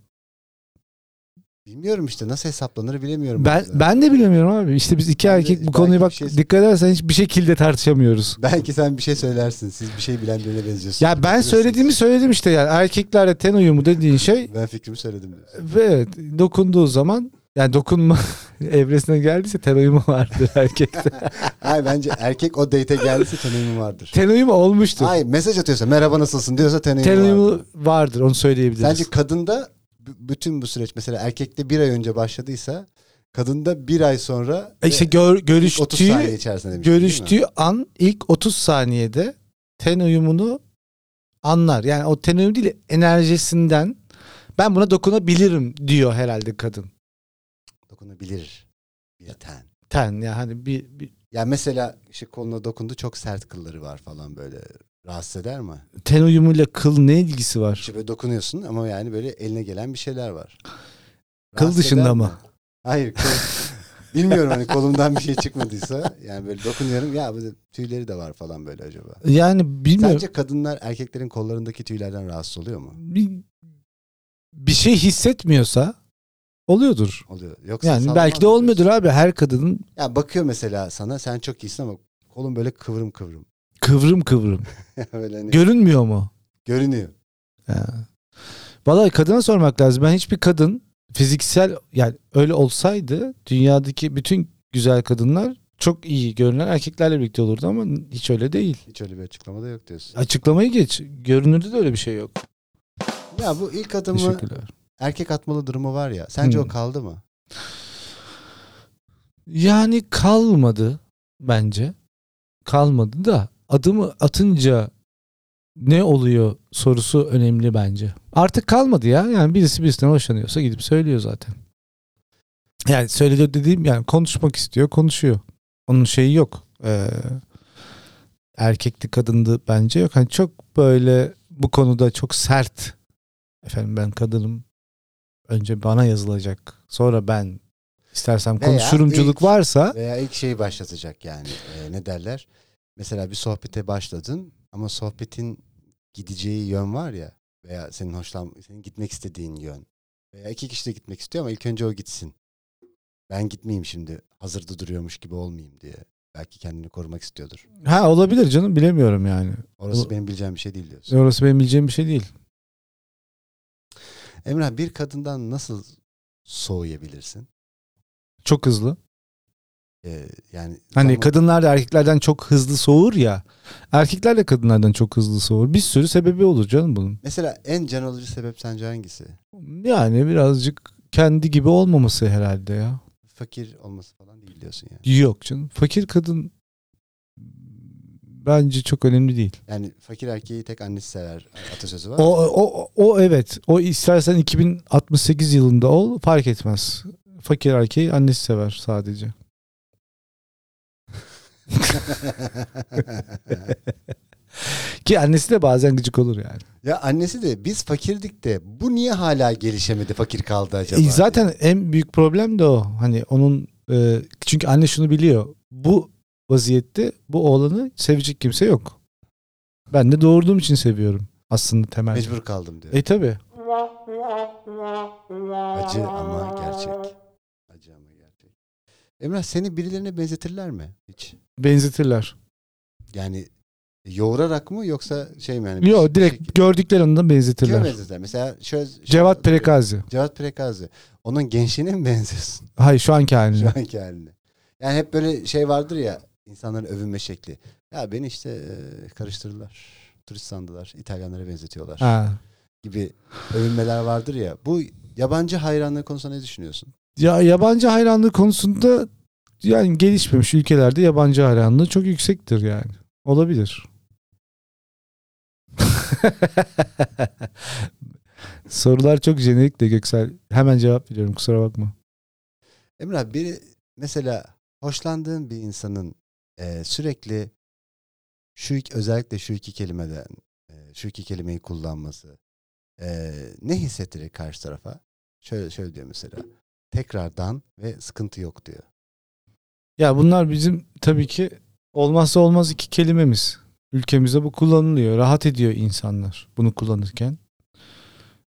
Speaker 1: Bilmiyorum işte nasıl hesaplanır bilemiyorum.
Speaker 2: Ben
Speaker 1: Mesela.
Speaker 2: ben de bilemiyorum abi. İşte biz iki
Speaker 1: Ben de-
Speaker 2: erkek bu
Speaker 1: belki
Speaker 2: konuya bak
Speaker 1: bir şey-
Speaker 2: dikkat edersen hiçbir şekilde tartışamıyoruz.
Speaker 1: Belki sen bir şey söylersin. Siz bir şey bilen birine benziyorsunuz.
Speaker 2: Ya ben söylediğimi
Speaker 1: şey.
Speaker 2: söyledim işte yani erkeklerle ten uyumu dediğin şey
Speaker 1: Ben fikrimi söyledim. diyorsun.
Speaker 2: ve evet, dokunduğu zaman yani dokunma evresine geldiyse ten uyumu vardır erkekte.
Speaker 1: Hayır bence erkek o date'e geldiyse tanıyımı vardır.
Speaker 2: ten uyumu olmuştur.
Speaker 1: Hayır mesaj atıyorsa merhaba nasılsın diyorsa
Speaker 2: ten
Speaker 1: tanıyımı
Speaker 2: uyumu
Speaker 1: vardır.
Speaker 2: vardır onu söyleyebiliriz.
Speaker 1: Sence kadında b- bütün bu süreç mesela erkekte bir ay önce başladıysa kadında bir ay sonra
Speaker 2: E işte
Speaker 1: ve
Speaker 2: gör,
Speaker 1: ilk 30 saniye
Speaker 2: görüştüğü
Speaker 1: içerisinde demiştin, değil mi?
Speaker 2: görüştüğü an ilk 30 saniyede ten uyumunu anlar. Yani o ten uyumu değil enerjisinden ben buna dokunabilirim diyor herhalde kadın.
Speaker 1: dokunabilir bir ten.
Speaker 2: Ten ya hani bir, bir
Speaker 1: Ya mesela işte koluna dokundu çok sert kılları var falan böyle rahatsız eder mi?
Speaker 2: ten uyumuyla kıl ne ilgisi var?
Speaker 1: İşte böyle dokunuyorsun ama yani böyle eline gelen bir şeyler var.
Speaker 2: Kıl
Speaker 1: Rahatsız
Speaker 2: dışında
Speaker 1: eder
Speaker 2: mı?
Speaker 1: mi? Hayır. Kıl, bilmiyorum hani kolumdan bir şey çıkmadıysa yani böyle dokunuyorum ya böyle tüyleri de var falan böyle acaba.
Speaker 2: Yani bilmiyorum.
Speaker 1: Sence kadınlar erkeklerin kollarındaki tüylerden rahatsız oluyor mu?
Speaker 2: Bir, bir şey hissetmiyorsa oluyordur.
Speaker 1: Oluyor. Yoksa
Speaker 2: Yani
Speaker 1: sallamaz
Speaker 2: belki de
Speaker 1: mı
Speaker 2: olmuyordur
Speaker 1: diyorsun?
Speaker 2: abi her kadının
Speaker 1: Ya bakıyor mesela sana sen çok iyisin ama kolun böyle kıvrım kıvrım.
Speaker 2: kıvrım kıvrım.
Speaker 1: böyle hani
Speaker 2: Görünmüyor mu?
Speaker 1: görünüyor.
Speaker 2: Ya. Vallahi kadına sormak lazım. Ben hiçbir kadın fiziksel yani öyle olsaydı dünyadaki bütün güzel kadınlar çok iyi görünen erkeklerle birlikte olurdu ama hiç öyle değil.
Speaker 1: Hiç öyle bir açıklama da yok diyorsun.
Speaker 2: Açıklamayı geç. Görünürde de öyle bir şey yok.
Speaker 1: Ya bu ilk adımı
Speaker 2: Teşekkürler.
Speaker 1: erkek atmalı durumu var ya. Sence
Speaker 2: Hmm.
Speaker 1: o kaldı mı?
Speaker 2: Yani kalmadı bence. Kalmadı da adımı atınca ne oluyor sorusu önemli bence. Artık kalmadı ya. Yani birisi birisinden hoşlanıyorsa gidip söylüyor zaten. Yani söylüyor dediğim yani konuşmak istiyor, konuşuyor. Onun şeyi yok. Ee, erkekti kadındı bence yok. Hani çok böyle bu konuda çok sert. Efendim ben kadınım. Önce bana yazılacak. Sonra ben istersem
Speaker 1: Veya
Speaker 2: konuşurumculuk
Speaker 1: ilk-
Speaker 2: varsa
Speaker 1: Veya ilk şeyi başlatacak yani. Ee, ne derler? Mesela bir sohbete başladın ama sohbetin gideceği yön var ya veya senin hoşlan senin gitmek istediğin yön. Veya iki kişi de gitmek istiyor ama ilk önce o gitsin. Ben gitmeyeyim şimdi. Hazırda duruyormuş gibi olmayayım diye. Belki kendini korumak istiyordur.
Speaker 2: Ha olabilir canım bilemiyorum yani.
Speaker 1: Orası
Speaker 2: O-
Speaker 1: benim bileceğim bir şey değil diyorsun.
Speaker 2: Orası benim bileceğim bir şey değil.
Speaker 1: Emrah bir kadından nasıl soğuyabilirsin?
Speaker 2: Çok hızlı.
Speaker 1: Ee, yani
Speaker 2: Hani
Speaker 1: tamam,
Speaker 2: kadınlar da erkeklerden çok hızlı soğur ya. Erkekler de kadınlardan çok hızlı soğur. Bir sürü sebebi olur canım bunun.
Speaker 1: mesela en can alıcı sebep sence hangisi?
Speaker 2: Yani birazcık kendi gibi olmaması herhalde ya.
Speaker 1: Fakir olması falan değil diyorsun yani.
Speaker 2: Yok canım. Fakir kadın bence çok önemli değil.
Speaker 1: Yani fakir erkeği tek annesi sever atasözü var.
Speaker 2: O, o, o evet. O istersen 2068 yılında ol fark etmez. Fakir erkeği annesi sever sadece. Ki annesi de bazen gıcık olur yani.
Speaker 1: ya annesi de biz fakirdik de bu niye hala gelişemedi fakir kaldı acaba?
Speaker 2: E, zaten en büyük problem de o. Hani onun e, çünkü anne şunu biliyor. Bu vaziyette bu oğlanı sevecek kimse yok. Ben de doğurduğum için seviyorum aslında
Speaker 1: diye.
Speaker 2: temelde.
Speaker 1: mecbur kaldım diyor.
Speaker 2: E tabi.
Speaker 1: Acı ama gerçek. Acı ama gerçek. Emrah seni birilerine benzetirler mi hiç?
Speaker 2: Benzetirler.
Speaker 1: Yani yoğurarak mı yoksa şey mi yani? bir-
Speaker 2: Yok
Speaker 1: bir
Speaker 2: direkt
Speaker 1: şekilde-
Speaker 2: gördüklerinden
Speaker 1: Kime
Speaker 2: benzetirler.
Speaker 1: benzetirler? Mesela şöyle,
Speaker 2: Cevat Perekazi.
Speaker 1: Cevat Prekazi. Onun gençliğine mi benziyorsun?
Speaker 2: Hayır şu anki
Speaker 1: şu
Speaker 2: haline.
Speaker 1: anki haline. Yani hep böyle şey vardır ya insanların övünme şekli. Ya beni işte e, karıştırdılar. Turist sandılar. İtalyanlara benzetiyorlar
Speaker 2: Ha.
Speaker 1: gibi övünmeler vardır ya. Bu yabancı hayranlığı konusunda ne düşünüyorsun?
Speaker 2: Ya yabancı hayranlığı konusunda yani gelişmemiş ülkelerde yabancı hayranlığı çok yüksektir yani. Olabilir. Sorular çok jenerik de Göksel. Hemen cevap veriyorum kusura bakma.
Speaker 1: Emrah biri mesela hoşlandığın bir insanın e, sürekli şu iki, özellikle şu iki kelimeden e, şu iki kelimeyi kullanması e, ne hissettirir karşı tarafa? Şöyle şöyle diyor mesela. Tekrardan ve sıkıntı yok diyor.
Speaker 2: Ya bunlar bizim tabii ki olmazsa olmaz iki kelimemiz. Ülkemizde bu kullanılıyor. Rahat ediyor insanlar bunu kullanırken.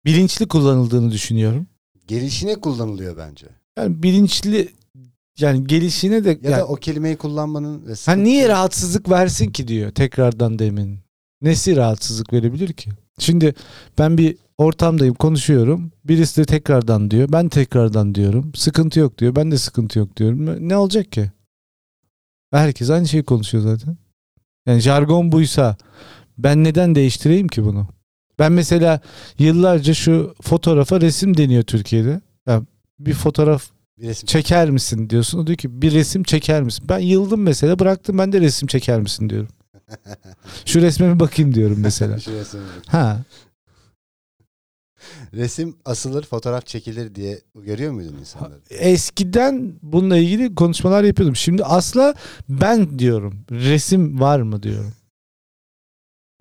Speaker 2: Bilinçli kullanıldığını düşünüyorum.
Speaker 1: Gelişine kullanılıyor bence.
Speaker 2: Yani bilinçli yani gelişine de
Speaker 1: Ya
Speaker 2: yani,
Speaker 1: da o kelimeyi kullanmanın ve
Speaker 2: ha
Speaker 1: sıkıntı-
Speaker 2: Hani niye rahatsızlık versin ki diyor tekrardan demin. Nesi rahatsızlık verebilir ki? Şimdi ben bir ortamdayım konuşuyorum. Birisi de tekrardan diyor. Ben tekrardan diyorum. Sıkıntı yok diyor. Ben de sıkıntı yok diyorum. Ne olacak ki? Herkes aynı şeyi konuşuyor zaten. Yani jargon buysa ben neden değiştireyim ki bunu? Ben mesela yıllarca şu fotoğrafa resim deniyor Türkiye'de. Ya bir fotoğraf
Speaker 1: bir resim
Speaker 2: çeker misin diyorsun. O diyor ki bir resim çeker misin? Ben yıldım mesela bıraktım ben de resim çeker misin diyorum. Şu resme bir bakayım diyorum mesela.
Speaker 1: Şu resim.
Speaker 2: ha
Speaker 1: Resim asılır, fotoğraf çekilir diye görüyor muydun insanları?
Speaker 2: eskiden bununla ilgili konuşmalar yapıyordum. Şimdi asla ben diyorum. Resim var mı diyorum.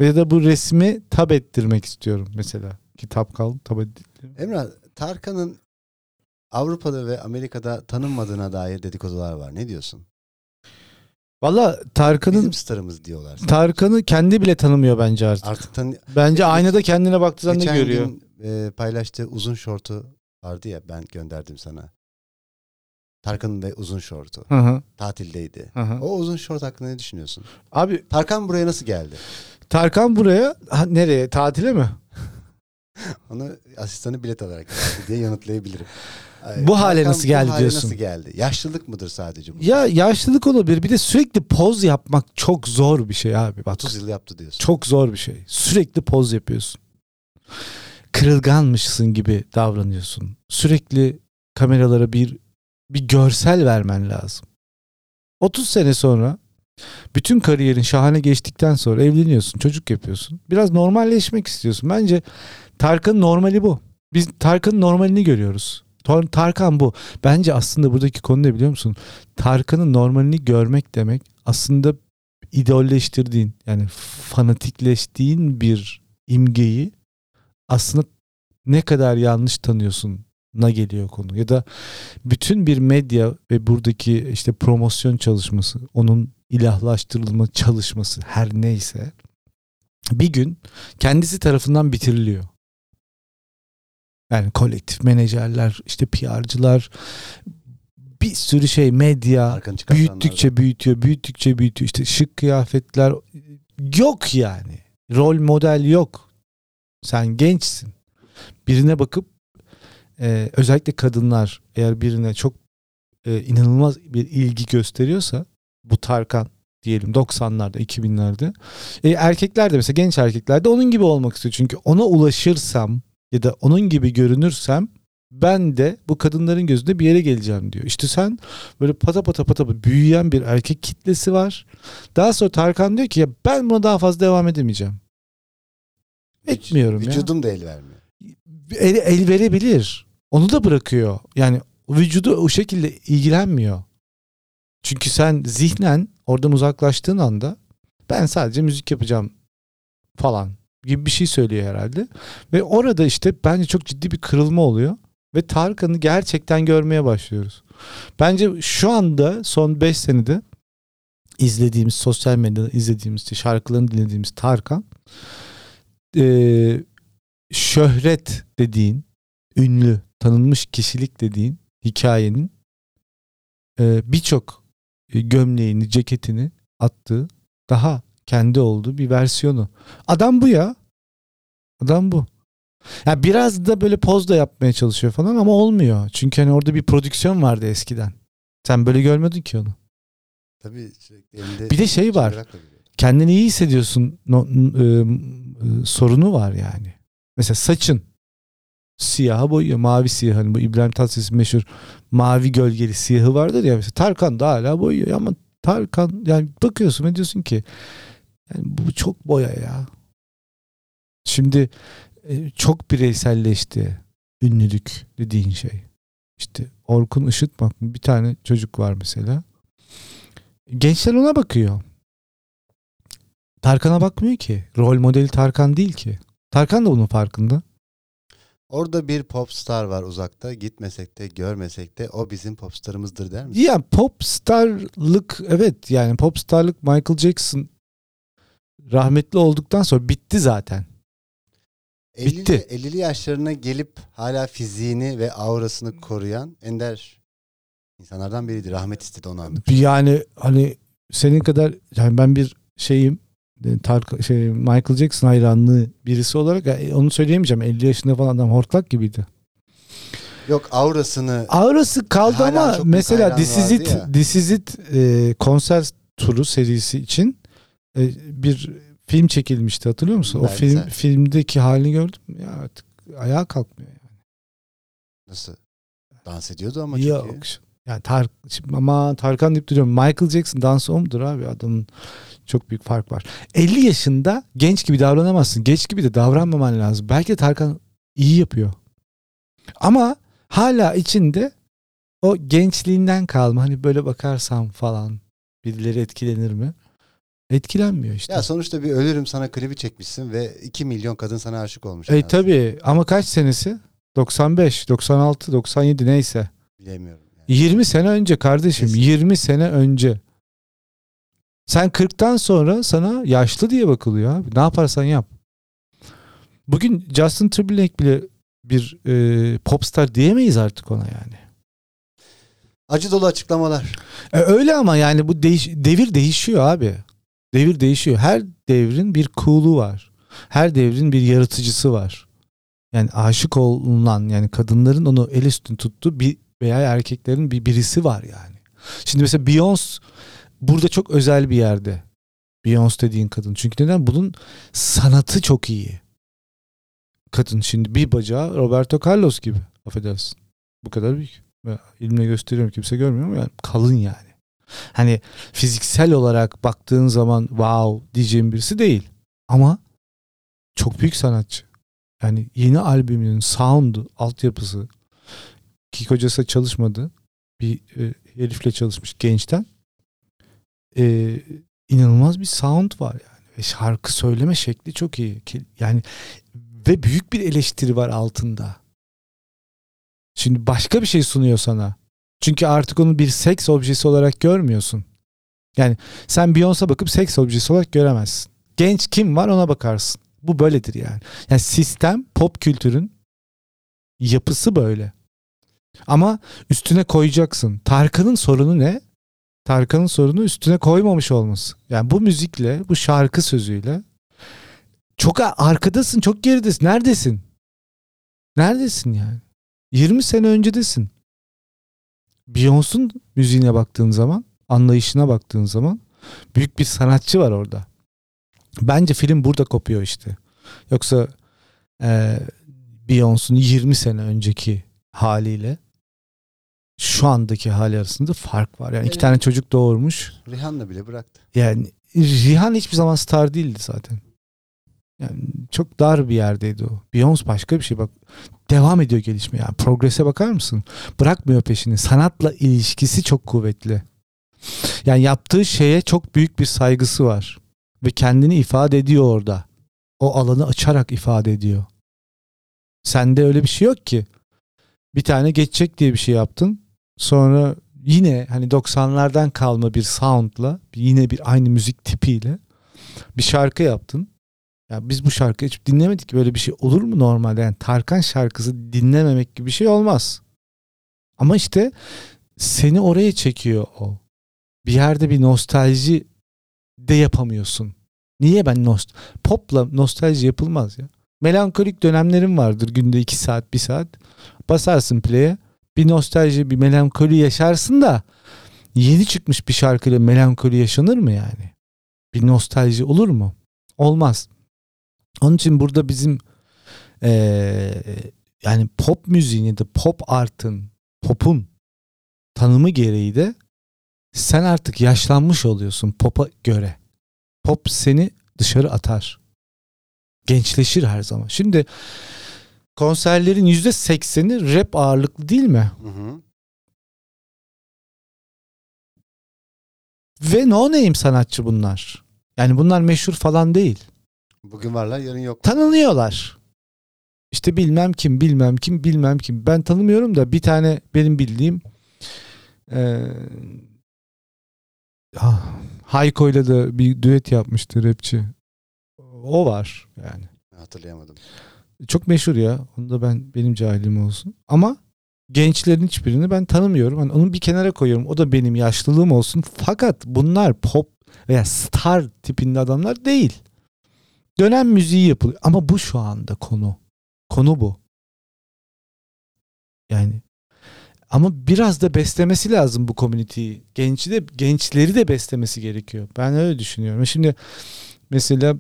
Speaker 2: Ya da bu resmi tab ettirmek istiyorum mesela. Kitap kaldı tab ettir-
Speaker 1: Emrah, Tarkan'ın Avrupa'da ve Amerika'da tanınmadığına dair dedikodular var. Ne diyorsun?
Speaker 2: Valla
Speaker 1: Bizim
Speaker 2: Tarkan'ın
Speaker 1: starımız diyorlar.
Speaker 2: Tarkan'ı kendi bile tanımıyor bence artık.
Speaker 1: Artık tanı
Speaker 2: Bence aynada kendine baktığı zaman ne
Speaker 1: Geçen
Speaker 2: görüyor.
Speaker 1: gün e, paylaştığı uzun şortu vardı ya ben gönderdim sana. Tarkan'ın da uzun şortu.
Speaker 2: Hı hı,
Speaker 1: Tatildeydi.
Speaker 2: hı hı.
Speaker 1: O uzun şort hakkında ne düşünüyorsun?
Speaker 2: Abi
Speaker 1: Tarkan buraya nasıl geldi?
Speaker 2: Tarkan buraya ha, nereye tatile mi?
Speaker 1: Onu asistanı bilet alarak geldi diye yanıtlayabilirim. Ay,
Speaker 2: Bu hale
Speaker 1: Tarkan
Speaker 2: nasıl geldi
Speaker 1: bu hale
Speaker 2: diyorsun?
Speaker 1: nasıl geldi? Yaşlılık mıdır sadece bu?
Speaker 2: Ya yaşlılık olabilir. Bir de sürekli poz yapmak çok zor bir şey abi. Bak
Speaker 1: 30 yıl yaptı diyorsun.
Speaker 2: çok zor bir şey. Sürekli poz yapıyorsun. Kırılganmışsın gibi davranıyorsun. Sürekli kameralara bir bir görsel vermen lazım. 30 sene sonra bütün kariyerin şahane geçtikten sonra evleniyorsun, çocuk yapıyorsun. Biraz normalleşmek istiyorsun. Bence Tarkan'ın normali bu. Biz Tarkan'ın normalini görüyoruz. Tor- Tarkan bu. Bence aslında buradaki konu ne biliyor musun? Tarkan'ın normalini görmek demek aslında idolleştirdiğin yani fanatikleştiğin bir imgeyi aslında ne kadar yanlış tanıyorsun na geliyor konu ya da bütün bir medya ve buradaki işte promosyon çalışması onun ilahlaştırılma çalışması her neyse bir gün kendisi tarafından bitiriliyor. Yani kolektif menajerler, işte PR'cılar, bir sürü şey medya,
Speaker 1: Tarkan'ı çıkartanlar da.
Speaker 2: büyüttükçe büyütüyor, büyüttükçe büyütüyor. İşte şık kıyafetler yok yani. Rol model yok. Sen gençsin. Birine bakıp e, özellikle kadınlar eğer birine çok e, inanılmaz bir ilgi gösteriyorsa bu Tarkan diyelim 90'larda 2000'lerde e, erkekler de mesela genç erkekler de onun gibi olmak istiyor. Çünkü ona ulaşırsam ya da onun gibi görünürsem ben de bu kadınların gözünde bir yere geleceğim diyor. İşte sen böyle pata pata pata büyüyen bir erkek kitlesi var. Daha sonra Tarkan diyor ki ya ben buna daha fazla devam edemeyeceğim. Etmiyorum ya.
Speaker 1: Vücudum da el vermiyor.
Speaker 2: El, el verebilir. Onu da bırakıyor. Yani vücudu o şekilde ilgilenmiyor. Çünkü sen zihnen oradan uzaklaştığın anda ben sadece müzik yapacağım falan gibi bir şey söylüyor herhalde. Ve orada işte bence çok ciddi bir kırılma oluyor. Ve Tarkan'ı gerçekten görmeye başlıyoruz. Bence şu anda son 5 senede izlediğimiz, sosyal medyada izlediğimiz, işte şarkılarını dinlediğimiz Tarkan eee şöhret dediğin, ünlü, tanınmış kişilik dediğin hikayenin e, birçok e, gömleğini, ceketini attığı daha kendi olduğu bir versiyonu. Adam bu ya. Adam bu. Ya biraz da böyle poz da yapmaya çalışıyor falan ama olmuyor. Çünkü hani orada bir prodüksiyon vardı eskiden. Sen böyle görmedin ki onu.
Speaker 1: Tabii sürekli elinde
Speaker 2: Bir de şey var.
Speaker 1: çıngırakla geliyor.
Speaker 2: kendini iyi hissediyorsun no- n- e, e, sorunu var yani. Mesela saçın siyaha boyuyor. Mavi siyah hani bu İbrahim Tatlıses'in meşhur mavi gölgeli siyahı vardır ya. Mesela Tarkan da hala boyuyor ama Tarkan yani bakıyorsun ve diyorsun ki yani bu çok boya ya. Şimdi e, çok bireyselleşti ünlülük dediğin şey. İşte Orkun Işıtmak mı? Bir tane çocuk var mesela. Gençler ona bakıyor. Tarkan'a bakmıyor ki. Rol modeli Tarkan değil ki. Tarkan da bunun farkında.
Speaker 1: Orada bir popstar var uzakta. Gitmesek de görmesek de o bizim popstarımızdır der misin?
Speaker 2: Ya popstarlık evet yani popstarlık Michael Jackson rahmetli olduktan sonra bitti zaten.
Speaker 1: 50'li
Speaker 2: Bitti.
Speaker 1: 50'li yaşlarına gelip hala fiziğini ve aurasını koruyan ender insanlardan biriydi. Rahmet istedi onu anladım.
Speaker 2: Bir Yani hani senin kadar yani ben bir şeyim e, Tark, şey, Michael Jackson hayranlığı birisi olarak e, onu söyleyemeyeceğim. 50 yaşında falan adam hortlak gibiydi.
Speaker 1: Yok aurasını
Speaker 2: Ağrısı kaldı
Speaker 1: Hala
Speaker 2: ama
Speaker 1: çok büyük
Speaker 2: mesela
Speaker 1: hayran
Speaker 2: This Is
Speaker 1: vardı
Speaker 2: It,
Speaker 1: ya.
Speaker 2: This Is It, e, konser turu serisi için e, bir film çekilmişti hatırlıyor musun? O film
Speaker 1: Belgesel.
Speaker 2: filmdeki halini gördüm ya artık ayağa kalkmıyor.
Speaker 1: nasıl dans ediyordu ama
Speaker 2: Yok.
Speaker 1: çok iyi.
Speaker 2: Yani Tark, şimdi aman Tarkan deyip duruyorum. Michael Jackson dansı o mudur abi? Adamın çok büyük fark var. 50 yaşında genç gibi davranamazsın. Genç gibi de davranmaman lazım. Belki de Tarkan iyi yapıyor. Ama hala içinde o gençliğinden kalma. Hani böyle bakarsam falan birileri etkilenir mi? Etkilenmiyor işte.
Speaker 1: Ya sonuçta bir ölürüm sana klibi çekmişsin ve 2 milyon kadın sana aşık olmuş.
Speaker 2: e
Speaker 1: herhalde.
Speaker 2: tabii ama kaç senesi? 95, 96, 97 neyse.
Speaker 1: Bilemiyorum. yani.
Speaker 2: 20 sene önce kardeşim.
Speaker 1: Kesin.
Speaker 2: 20 sene önce. Sen 40'tan sonra sana yaşlı diye bakılıyor abi. Ne yaparsan yap. Bugün Justin Timberlake bile bir e, popstar diyemeyiz artık ona yani.
Speaker 1: Acı dolu açıklamalar.
Speaker 2: E, öyle ama yani bu değiş- devir değişiyor abi. Devir değişiyor. Her devrin bir cool'u var. Her devrin bir yaratıcısı var. Yani aşık olunan yani kadınların onu el üstün tuttuğu bir veya erkeklerin bir birisi var yani. Şimdi mesela Beyoncé burada çok özel bir yerde. Beyoncé dediğin kadın. Çünkü neden? Bunun sanatı çok iyi. Kadın şimdi bir bacağı Roberto Carlos gibi. Affedersin. Bu kadar büyük. Ben elimle gösteriyorum kimse görmüyor ama yani kalın yani. Hani fiziksel olarak baktığın zaman wow diyeceğim birisi değil. Ama çok büyük sanatçı. Yani yeni albümünün sound'u, altyapısı ki kocası çalışmadı. Bir e, herifle çalışmış gençten. E, inanılmaz bir sound var yani. Ve şarkı söyleme şekli çok iyi. Ke- Yani ve büyük bir eleştiri var altında. Şimdi başka bir şey sunuyor sana. Çünkü artık onu bir seks objesi olarak görmüyorsun. Yani sen Beyoncé'a bakıp seks objesi olarak göremezsin. Genç kim var ona bakarsın. Bu böyledir yani. Yani sistem pop kültürün yapısı böyle. Ama üstüne koyacaksın. Tarkan'ın sorunu ne? Tarkan'ın sorunu üstüne koymamış olması. Yani bu müzikle, bu şarkı sözüyle çok a- arkadasın, çok geridesin. Neredesin? Neredesin yani? 20 sene öncedesin. Beyoncé'un müziğine baktığın zaman, anlayışına baktığın zaman büyük bir sanatçı var orada. Bence film burada kopuyor işte. Yoksa e, Beyoncé'un 20 sene önceki haliyle şu andaki hali arasında fark var. Yani iki
Speaker 1: Evet.
Speaker 2: tane çocuk doğurmuş.
Speaker 1: Rihanna bile bıraktı.
Speaker 2: Yani Rihanna hiçbir zaman star değildi zaten. Yani çok dar bir yerdeydi o. Beyoncé başka bir şey bak. Devam ediyor gelişme yani. Progrese bakar mısın? Bırakmıyor peşini. Sanatla ilişkisi çok kuvvetli. Yani yaptığı şeye çok büyük bir saygısı var. Ve kendini ifade ediyor orada. O alanı açarak ifade ediyor. Sende öyle bir şey yok ki. Bir tane geçecek diye bir şey yaptın. Sonra yine hani 90'lardan kalma bir soundla yine bir aynı müzik tipiyle bir şarkı yaptın. Ya biz bu şarkıyı hiç dinlemedik ki böyle bir şey olur mu normalde? Yani Tarkan şarkısı dinlememek gibi bir şey olmaz. Ama işte seni oraya çekiyor o. Bir yerde bir nostalji de yapamıyorsun. Niye ben nost popla nostalji yapılmaz ya. Melankolik dönemlerim vardır günde 2 saat 1 saat. Basarsın play'e bir nostalji, bir melankoli yaşarsın da yeni çıkmış bir şarkıyla melankoli yaşanır mı yani? Bir nostalji olur mu? Olmaz. Onun için burada bizim eee, yani pop müziğin ya da pop artın, popun tanımı gereği de sen artık yaşlanmış oluyorsun popa göre. Pop seni dışarı atar. Gençleşir her zaman. Şimdi konserlerin %80'i rap ağırlıklı değil mi?
Speaker 1: Hı hı.
Speaker 2: Ve no name sanatçı bunlar. Yani bunlar meşhur falan değil.
Speaker 1: Bugün varlar yarın yok.
Speaker 2: Tanınıyorlar. İşte bilmem kim, bilmem kim, bilmem kim. Ben tanımıyorum da bir tane benim bildiğim eee ah, Hayko'yla da bir düet yapmıştı rapçi. O var yani.
Speaker 1: Hatırlayamadım.
Speaker 2: Çok meşhur ya. Onu da ben benim cahilim olsun. Ama gençlerin hiçbirini ben tanımıyorum. Hani onu bir kenara koyuyorum. O da benim yaşlılığım olsun. Fakat bunlar pop veya star tipinde adamlar değil. Dönem müziği yapılıyor. Ama bu şu anda konu. Konu bu. Yani ama biraz da beslemesi lazım bu komüniteyi. Genci de gençleri de beslemesi gerekiyor. Ben öyle düşünüyorum. Şimdi mesela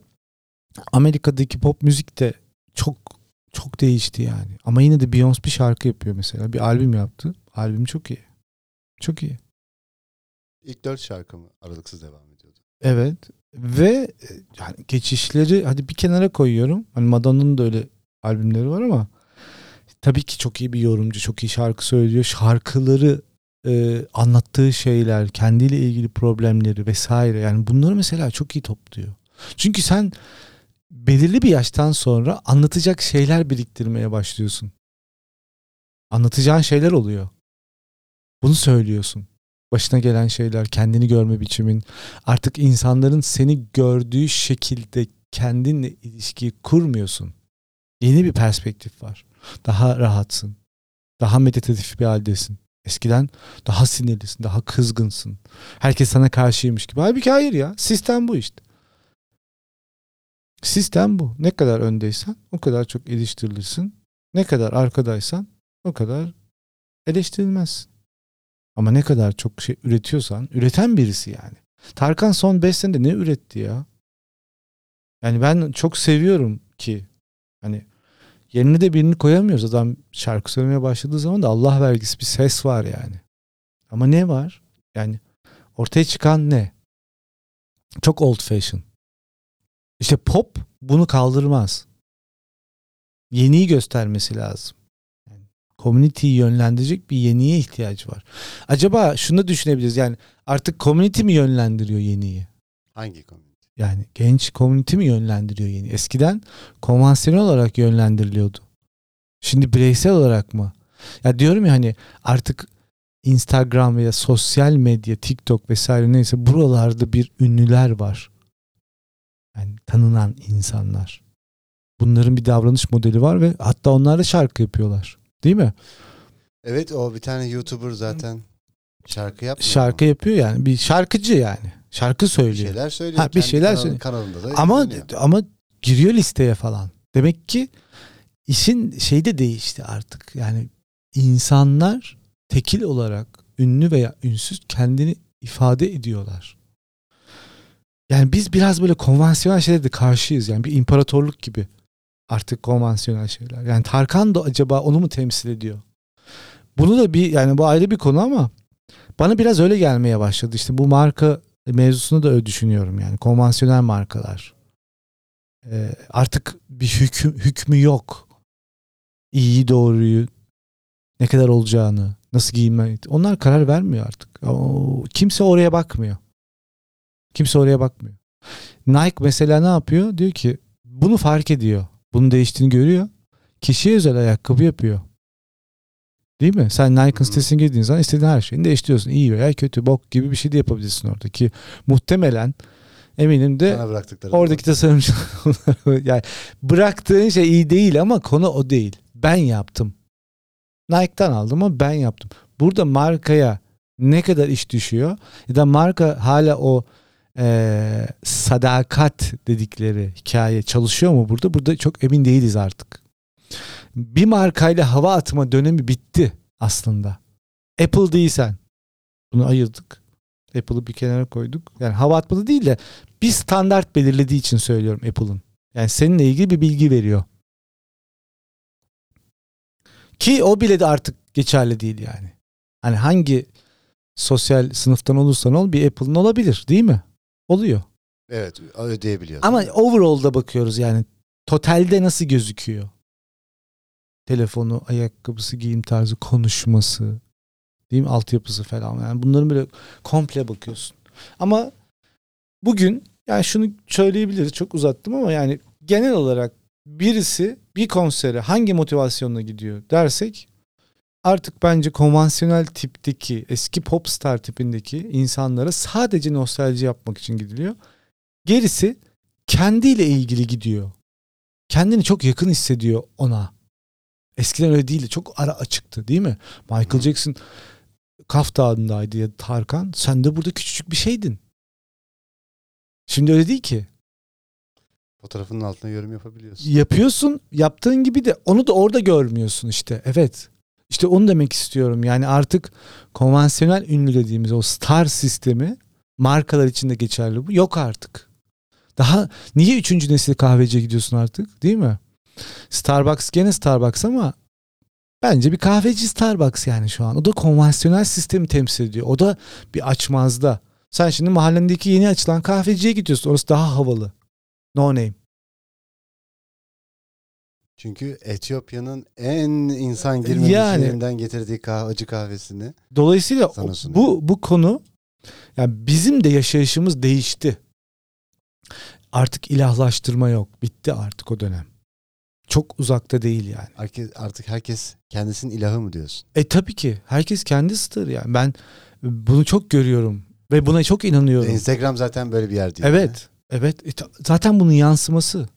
Speaker 2: Amerika'daki pop müzik de çok çok değişti yani. Ama yine de Beyoncé bir şarkı yapıyor mesela. Bir albüm yaptı. Albüm çok iyi. Çok iyi.
Speaker 1: İlk dört şarkı mı aralıksız devam ediyordu?
Speaker 2: Evet. Ve e, yani geçişleri hadi bir kenara koyuyorum. Hani Madonna'nın da öyle albümleri var ama tabii ki çok iyi bir yorumcu, çok iyi şarkı söylüyor. Şarkıları e, anlattığı şeyler, kendiyle ilgili problemleri vesaire. Yani bunları mesela çok iyi topluyor. Çünkü sen belirli bir yaştan sonra anlatacak şeyler biriktirmeye başlıyorsun. Anlatacağın şeyler oluyor. Bunu söylüyorsun. Başına gelen şeyler, kendini görme biçimin, artık insanların seni gördüğü şekilde kendinle ilişkiyi kurmuyorsun. Yeni bir perspektif var. Daha rahatsın. Daha meditatif bir haldesin. Eskiden daha sinirlisin, daha kızgınsın. Herkes sana karşıymış gibi. Halbuki hayır ya. Sistem bu işte. Sistem bu. Ne kadar öndeysen o kadar çok eleştirilirsin. Ne kadar arkadaysan o kadar eleştirilmezsin. Ama ne kadar çok şey üretiyorsan, üreten birisi yani. Tarkan son 5 senede ne üretti ya? Yani ben çok seviyorum ki hani yerine de birini koyamıyoruz. Adam şarkı söylemeye başladığı zaman da Allah vergisi bir ses var yani. Ama ne var? Yani ortaya çıkan ne? Çok old fashion. İşte pop bunu kaldırmaz. Yeniyi göstermesi lazım. Yani community'yi yönlendirecek bir yeniye ihtiyacı var. Acaba şunu da düşünebiliriz. Yani artık community mi yönlendiriyor yeniyi?
Speaker 1: Hangi komünite?
Speaker 2: Yani genç community mi yönlendiriyor yeni? Eskiden konvansiyonel olarak yönlendiriliyordu. Şimdi bireysel olarak mı? Ya diyorum ya hani artık Instagram veya sosyal medya, TikTok vesaire neyse buralarda bir ünlüler var. Yani tanınan insanlar. Bunların bir davranış modeli var ve hatta onlar da şarkı yapıyorlar. Değil mi?
Speaker 1: Evet o bir tane YouTuber zaten şarkı yapmıyor.
Speaker 2: Şarkı
Speaker 1: mu?
Speaker 2: yapıyor yani. Bir şarkıcı yani. Şarkı
Speaker 1: bir
Speaker 2: söylüyor.
Speaker 1: şeyler söylüyor.
Speaker 2: Ha, bir
Speaker 1: Kendi
Speaker 2: şeyler
Speaker 1: kanal-
Speaker 2: söylüyor.
Speaker 1: Kanalında da
Speaker 2: Ama
Speaker 1: yayınlanıyor.
Speaker 2: ama giriyor listeye falan. Demek ki işin şeyi de değişti artık. Yani insanlar tekil olarak ünlü veya ünsüz kendini ifade ediyorlar. Yani biz biraz böyle konvansiyonel şeylere de karşıyız. Yani bir imparatorluk gibi artık konvansiyonel şeyler. Yani Tarkan da acaba onu mu temsil ediyor? Bunu da bir yani bu ayrı bir konu ama bana biraz öyle gelmeye başladı. İşte bu marka mevzusunu da öyle düşünüyorum yani. Konvansiyonel markalar. Ee, artık bir hüküm, hükmü yok. İyiyi doğruyu ne kadar olacağını nasıl giyinmeyi. Onlar karar vermiyor artık. O- kimse oraya bakmıyor. Kimse oraya bakmıyor. Nike mesela ne yapıyor? Diyor ki bunu fark ediyor. Bunun değiştiğini görüyor. Kişiye özel ayakkabı yapıyor. Değil mi? Sen
Speaker 1: Hı hı.
Speaker 2: Nike'ın sitesine girdiğin zaman istediğin her şeyini değiştiriyorsun. İyi veya kötü, bok gibi bir şey de yapabilirsin orada ki muhtemelen eminim de
Speaker 1: Sana bıraktıkları.
Speaker 2: Oradaki tasarımcılar yani bıraktığın şey iyi değil ama konu o değil. Ben yaptım. Nike'tan aldım ama ben yaptım. Burada markaya ne kadar iş düşüyor ya da marka hala o eee, sadakat dedikleri hikaye çalışıyor mu burada? Burada çok emin değiliz artık. Bir markayla hava atma dönemi bitti aslında. Apple değilsen bunu ayırdık. Apple'ı bir kenara koyduk. Yani hava atmadı değil de bir standart belirlediği için söylüyorum Apple'ın. Yani seninle ilgili bir bilgi veriyor. Ki o bile de artık geçerli değil yani. Hani hangi sosyal sınıftan olursan ol bir Apple'ın olabilir değil mi? Oluyor.
Speaker 1: Evet ödeyebiliyorsun.
Speaker 2: Ama overall'da bakıyoruz yani. Totalde nasıl gözüküyor? Telefonu, ayakkabısı, giyim tarzı, konuşması, değil mi? Altyapısı falan. Yani bunların böyle komple bakıyorsun. Ama bugün yani şunu söyleyebiliriz. Çok uzattım ama yani genel olarak birisi bir konsere hangi motivasyonla gidiyor dersek artık bence konvansiyonel tipteki eski popstar tipindeki insanlara sadece nostalji yapmak için gidiliyor. Gerisi kendiyle ilgili gidiyor. kendini çok yakın hissediyor ona. Eskiden öyle değildi. Çok ara açıktı değil mi? Michael
Speaker 1: Hı.
Speaker 2: Jackson Kaf Dağı'ndaydı ya da Tarkan. Sen de burada küçücük bir şeydin. Şimdi öyle değil ki.
Speaker 1: Fotoğrafının altına yorum yapabiliyorsun.
Speaker 2: Yapıyorsun yaptığın gibi de onu da orada görmüyorsun işte. Evet. İşte onu demek istiyorum. Yani artık konvansiyonel ünlü dediğimiz o star sistemi markalar için de geçerli bu. Yok artık. Daha niye üçüncü nesil kahveciye gidiyorsun artık değil mi? Starbucks gene Starbucks ama bence bir kahveci Starbucks yani şu an. O da konvansiyonel sistemi temsil ediyor. O da bir açmazda. Sen şimdi mahallendeki yeni açılan kahveciye gidiyorsun. Orası daha havalı. No name.
Speaker 1: Çünkü Etiyopya'nın en insan girmemiş
Speaker 2: Yani.
Speaker 1: yerinden getirdiği kah- acı kahvesini.
Speaker 2: Dolayısıyla
Speaker 1: Sana
Speaker 2: o-
Speaker 1: sunuyor.
Speaker 2: bu bu konu yani bizim de yaşayışımız değişti. Artık ilahlaştırma yok. Bitti artık o dönem. Çok uzakta değil yani.
Speaker 1: Herkes, artık herkes kendisinin ilahı mı diyorsun?
Speaker 2: E tabii ki herkes kendi star yani. Ben bunu çok görüyorum ve buna çok inanıyorum.
Speaker 1: Instagram zaten böyle bir yer değil. mi?
Speaker 2: Evet. Evet. E ta- zaten bunun yansıması.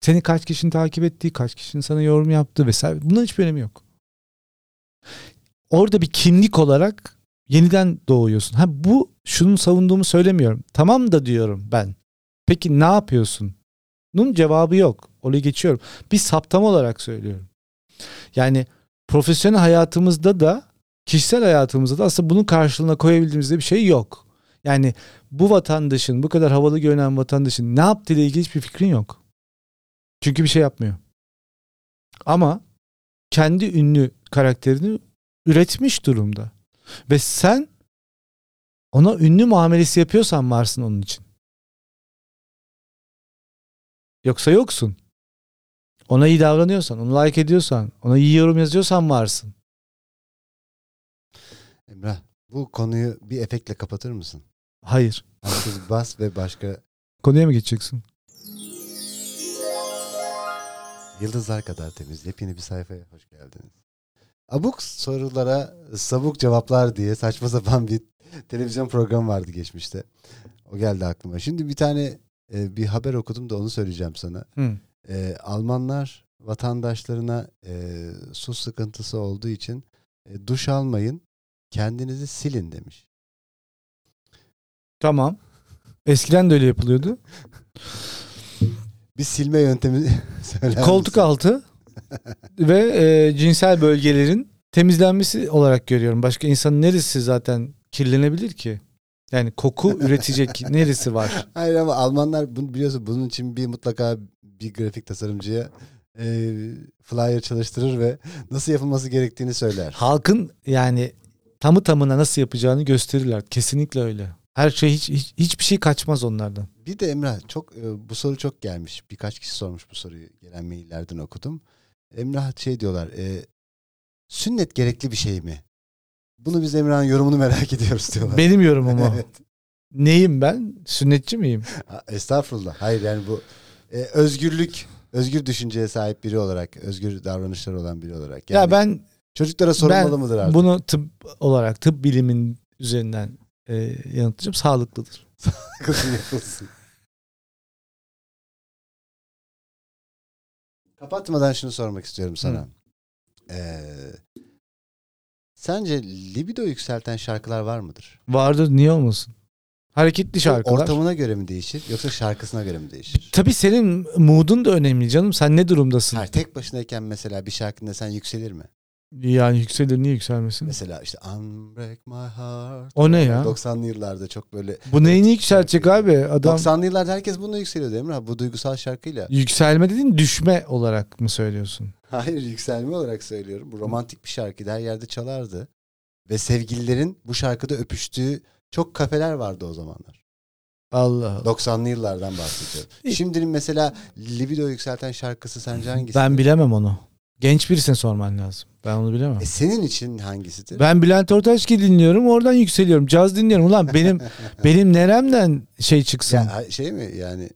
Speaker 2: Seni kaç kişinin takip ettiği, kaç kişinin sana yorum yaptığı vesaire. Bunların hiçbir önemi yok. Orada bir kimlik olarak yeniden doğuyorsun. Ha bu şunun savunduğumu söylemiyorum. Tamam da diyorum ben. Peki ne yapıyorsun? Bunun cevabı yok. Orayı geçiyorum. Bir saptama olarak söylüyorum. Yani profesyonel hayatımızda da kişisel hayatımızda da aslında bunun karşılığına koyabildiğimizde bir şey yok. Yani bu vatandaşın, bu kadar havalı görünen vatandaşın ne yaptığıyla ilgili hiçbir fikrin yok. Çünkü bir şey yapmıyor. Ama kendi ünlü karakterini üretmiş durumda. Ve sen ona ünlü muamelesi yapıyorsan varsın onun için. Yoksa yoksun. Ona iyi davranıyorsan, onu like ediyorsan, ona iyi yorum yazıyorsan varsın.
Speaker 1: Emrah bu konuyu bir efektle kapatır mısın?
Speaker 2: Hayır.
Speaker 1: Herkes bas ve başka
Speaker 2: Konuya mı geçeceksin?
Speaker 1: Yıldızlar kadar temiz. Yepyeni bir sayfaya hoş geldiniz. Abuk sorulara sabuk cevaplar diye saçma sapan bir televizyon programı vardı geçmişte. O geldi aklıma. Şimdi bir tane e, bir haber okudum da onu söyleyeceğim sana.
Speaker 2: Hı.
Speaker 1: E, Almanlar vatandaşlarına e, su sıkıntısı olduğu için e, duş almayın, kendinizi silin demiş.
Speaker 2: Tamam. Eskiden de öyle yapılıyordu.
Speaker 1: Bir silme yöntemi söyler
Speaker 2: koltuk
Speaker 1: misin?
Speaker 2: altı ve e, cinsel bölgelerin temizlenmesi olarak görüyorum. Başka insanın neresi zaten kirlenebilir ki? Yani koku üretecek neresi var?
Speaker 1: Hayır ama Almanlar bunu biliyorsun bunun için bir mutlaka bir grafik tasarımcıya e, flyer çalıştırır ve nasıl yapılması gerektiğini söyler.
Speaker 2: Halkın yani tamı tamına nasıl yapacağını gösterirler. Kesinlikle öyle. Her şey hiç, hiç- hiçbir şey kaçmaz onlardan.
Speaker 1: Bir de Emrah çok e, bu soru çok gelmiş. Birkaç kişi sormuş bu soruyu. Gelen maillerden okudum. Emrah şey diyorlar. e, sünnet gerekli bir şey mi? Bunu biz Emrah'ın yorumunu merak ediyoruz diyorlar.
Speaker 2: Benim yorumum o.
Speaker 1: Evet.
Speaker 2: Neyim ben? Sünnetçi miyim?
Speaker 1: Ha, Estağfurullah. Hayır yani bu e, özgürlük, özgür düşünceye sahip biri olarak, özgür davranışları olan biri olarak. Yani
Speaker 2: ya ben
Speaker 1: çocuklara sorulmalı mıdır artık?
Speaker 2: bunu tıp olarak tıp bilimin üzerinden e, yanıtlayacağım. Sağlıklıdır.
Speaker 1: Kızın yapılsın. Kapatmadan şunu sormak istiyorum sana.
Speaker 2: Hı.
Speaker 1: Ee, sence libido yükselten şarkılar var mıdır?
Speaker 2: Vardır niye olmasın? Hareketli şarkılar.
Speaker 1: Ortamına göre mi değişir yoksa şarkısına göre mi değişir?
Speaker 2: Tabii senin mood'un da önemli canım. Sen ne durumdasın?
Speaker 1: Hayır, tek başınayken mesela bir şarkında sen yükselir mi?
Speaker 2: Yani yükselir niye yükselmesin?
Speaker 1: Mesela işte Unbreak My Heart.
Speaker 2: O ne ya?
Speaker 1: 90'lı yıllarda çok böyle.
Speaker 2: Bu neyini yükseltecek abi? Adam
Speaker 1: 90'lı yıllarda herkes bunu yükseliyordu Emrah. Bu duygusal şarkıyla.
Speaker 2: yükselme dediğin düşme olarak mı söylüyorsun?
Speaker 1: Hayır yükselme olarak söylüyorum. Bu romantik bir şarkıydı. Her yerde çalardı. Ve sevgililerin bu şarkıda öpüştüğü çok kafeler vardı o zamanlar.
Speaker 2: Allah Allah.
Speaker 1: 90'lı yıllardan bahsediyorum.
Speaker 2: İyi.
Speaker 1: Şimdinin mesela libido yükselten şarkısı sence hangisi?
Speaker 2: Ben bilemem onu. Genç birisine sorman lazım. Ben onu bilemem.
Speaker 1: E senin için hangisidir?
Speaker 2: Ben Bülent Ortaçgil dinliyorum. Oradan yükseliyorum. Caz dinliyorum. Ulan benim benim neremden şey çıksın.
Speaker 1: Ya, ha- şey mi yani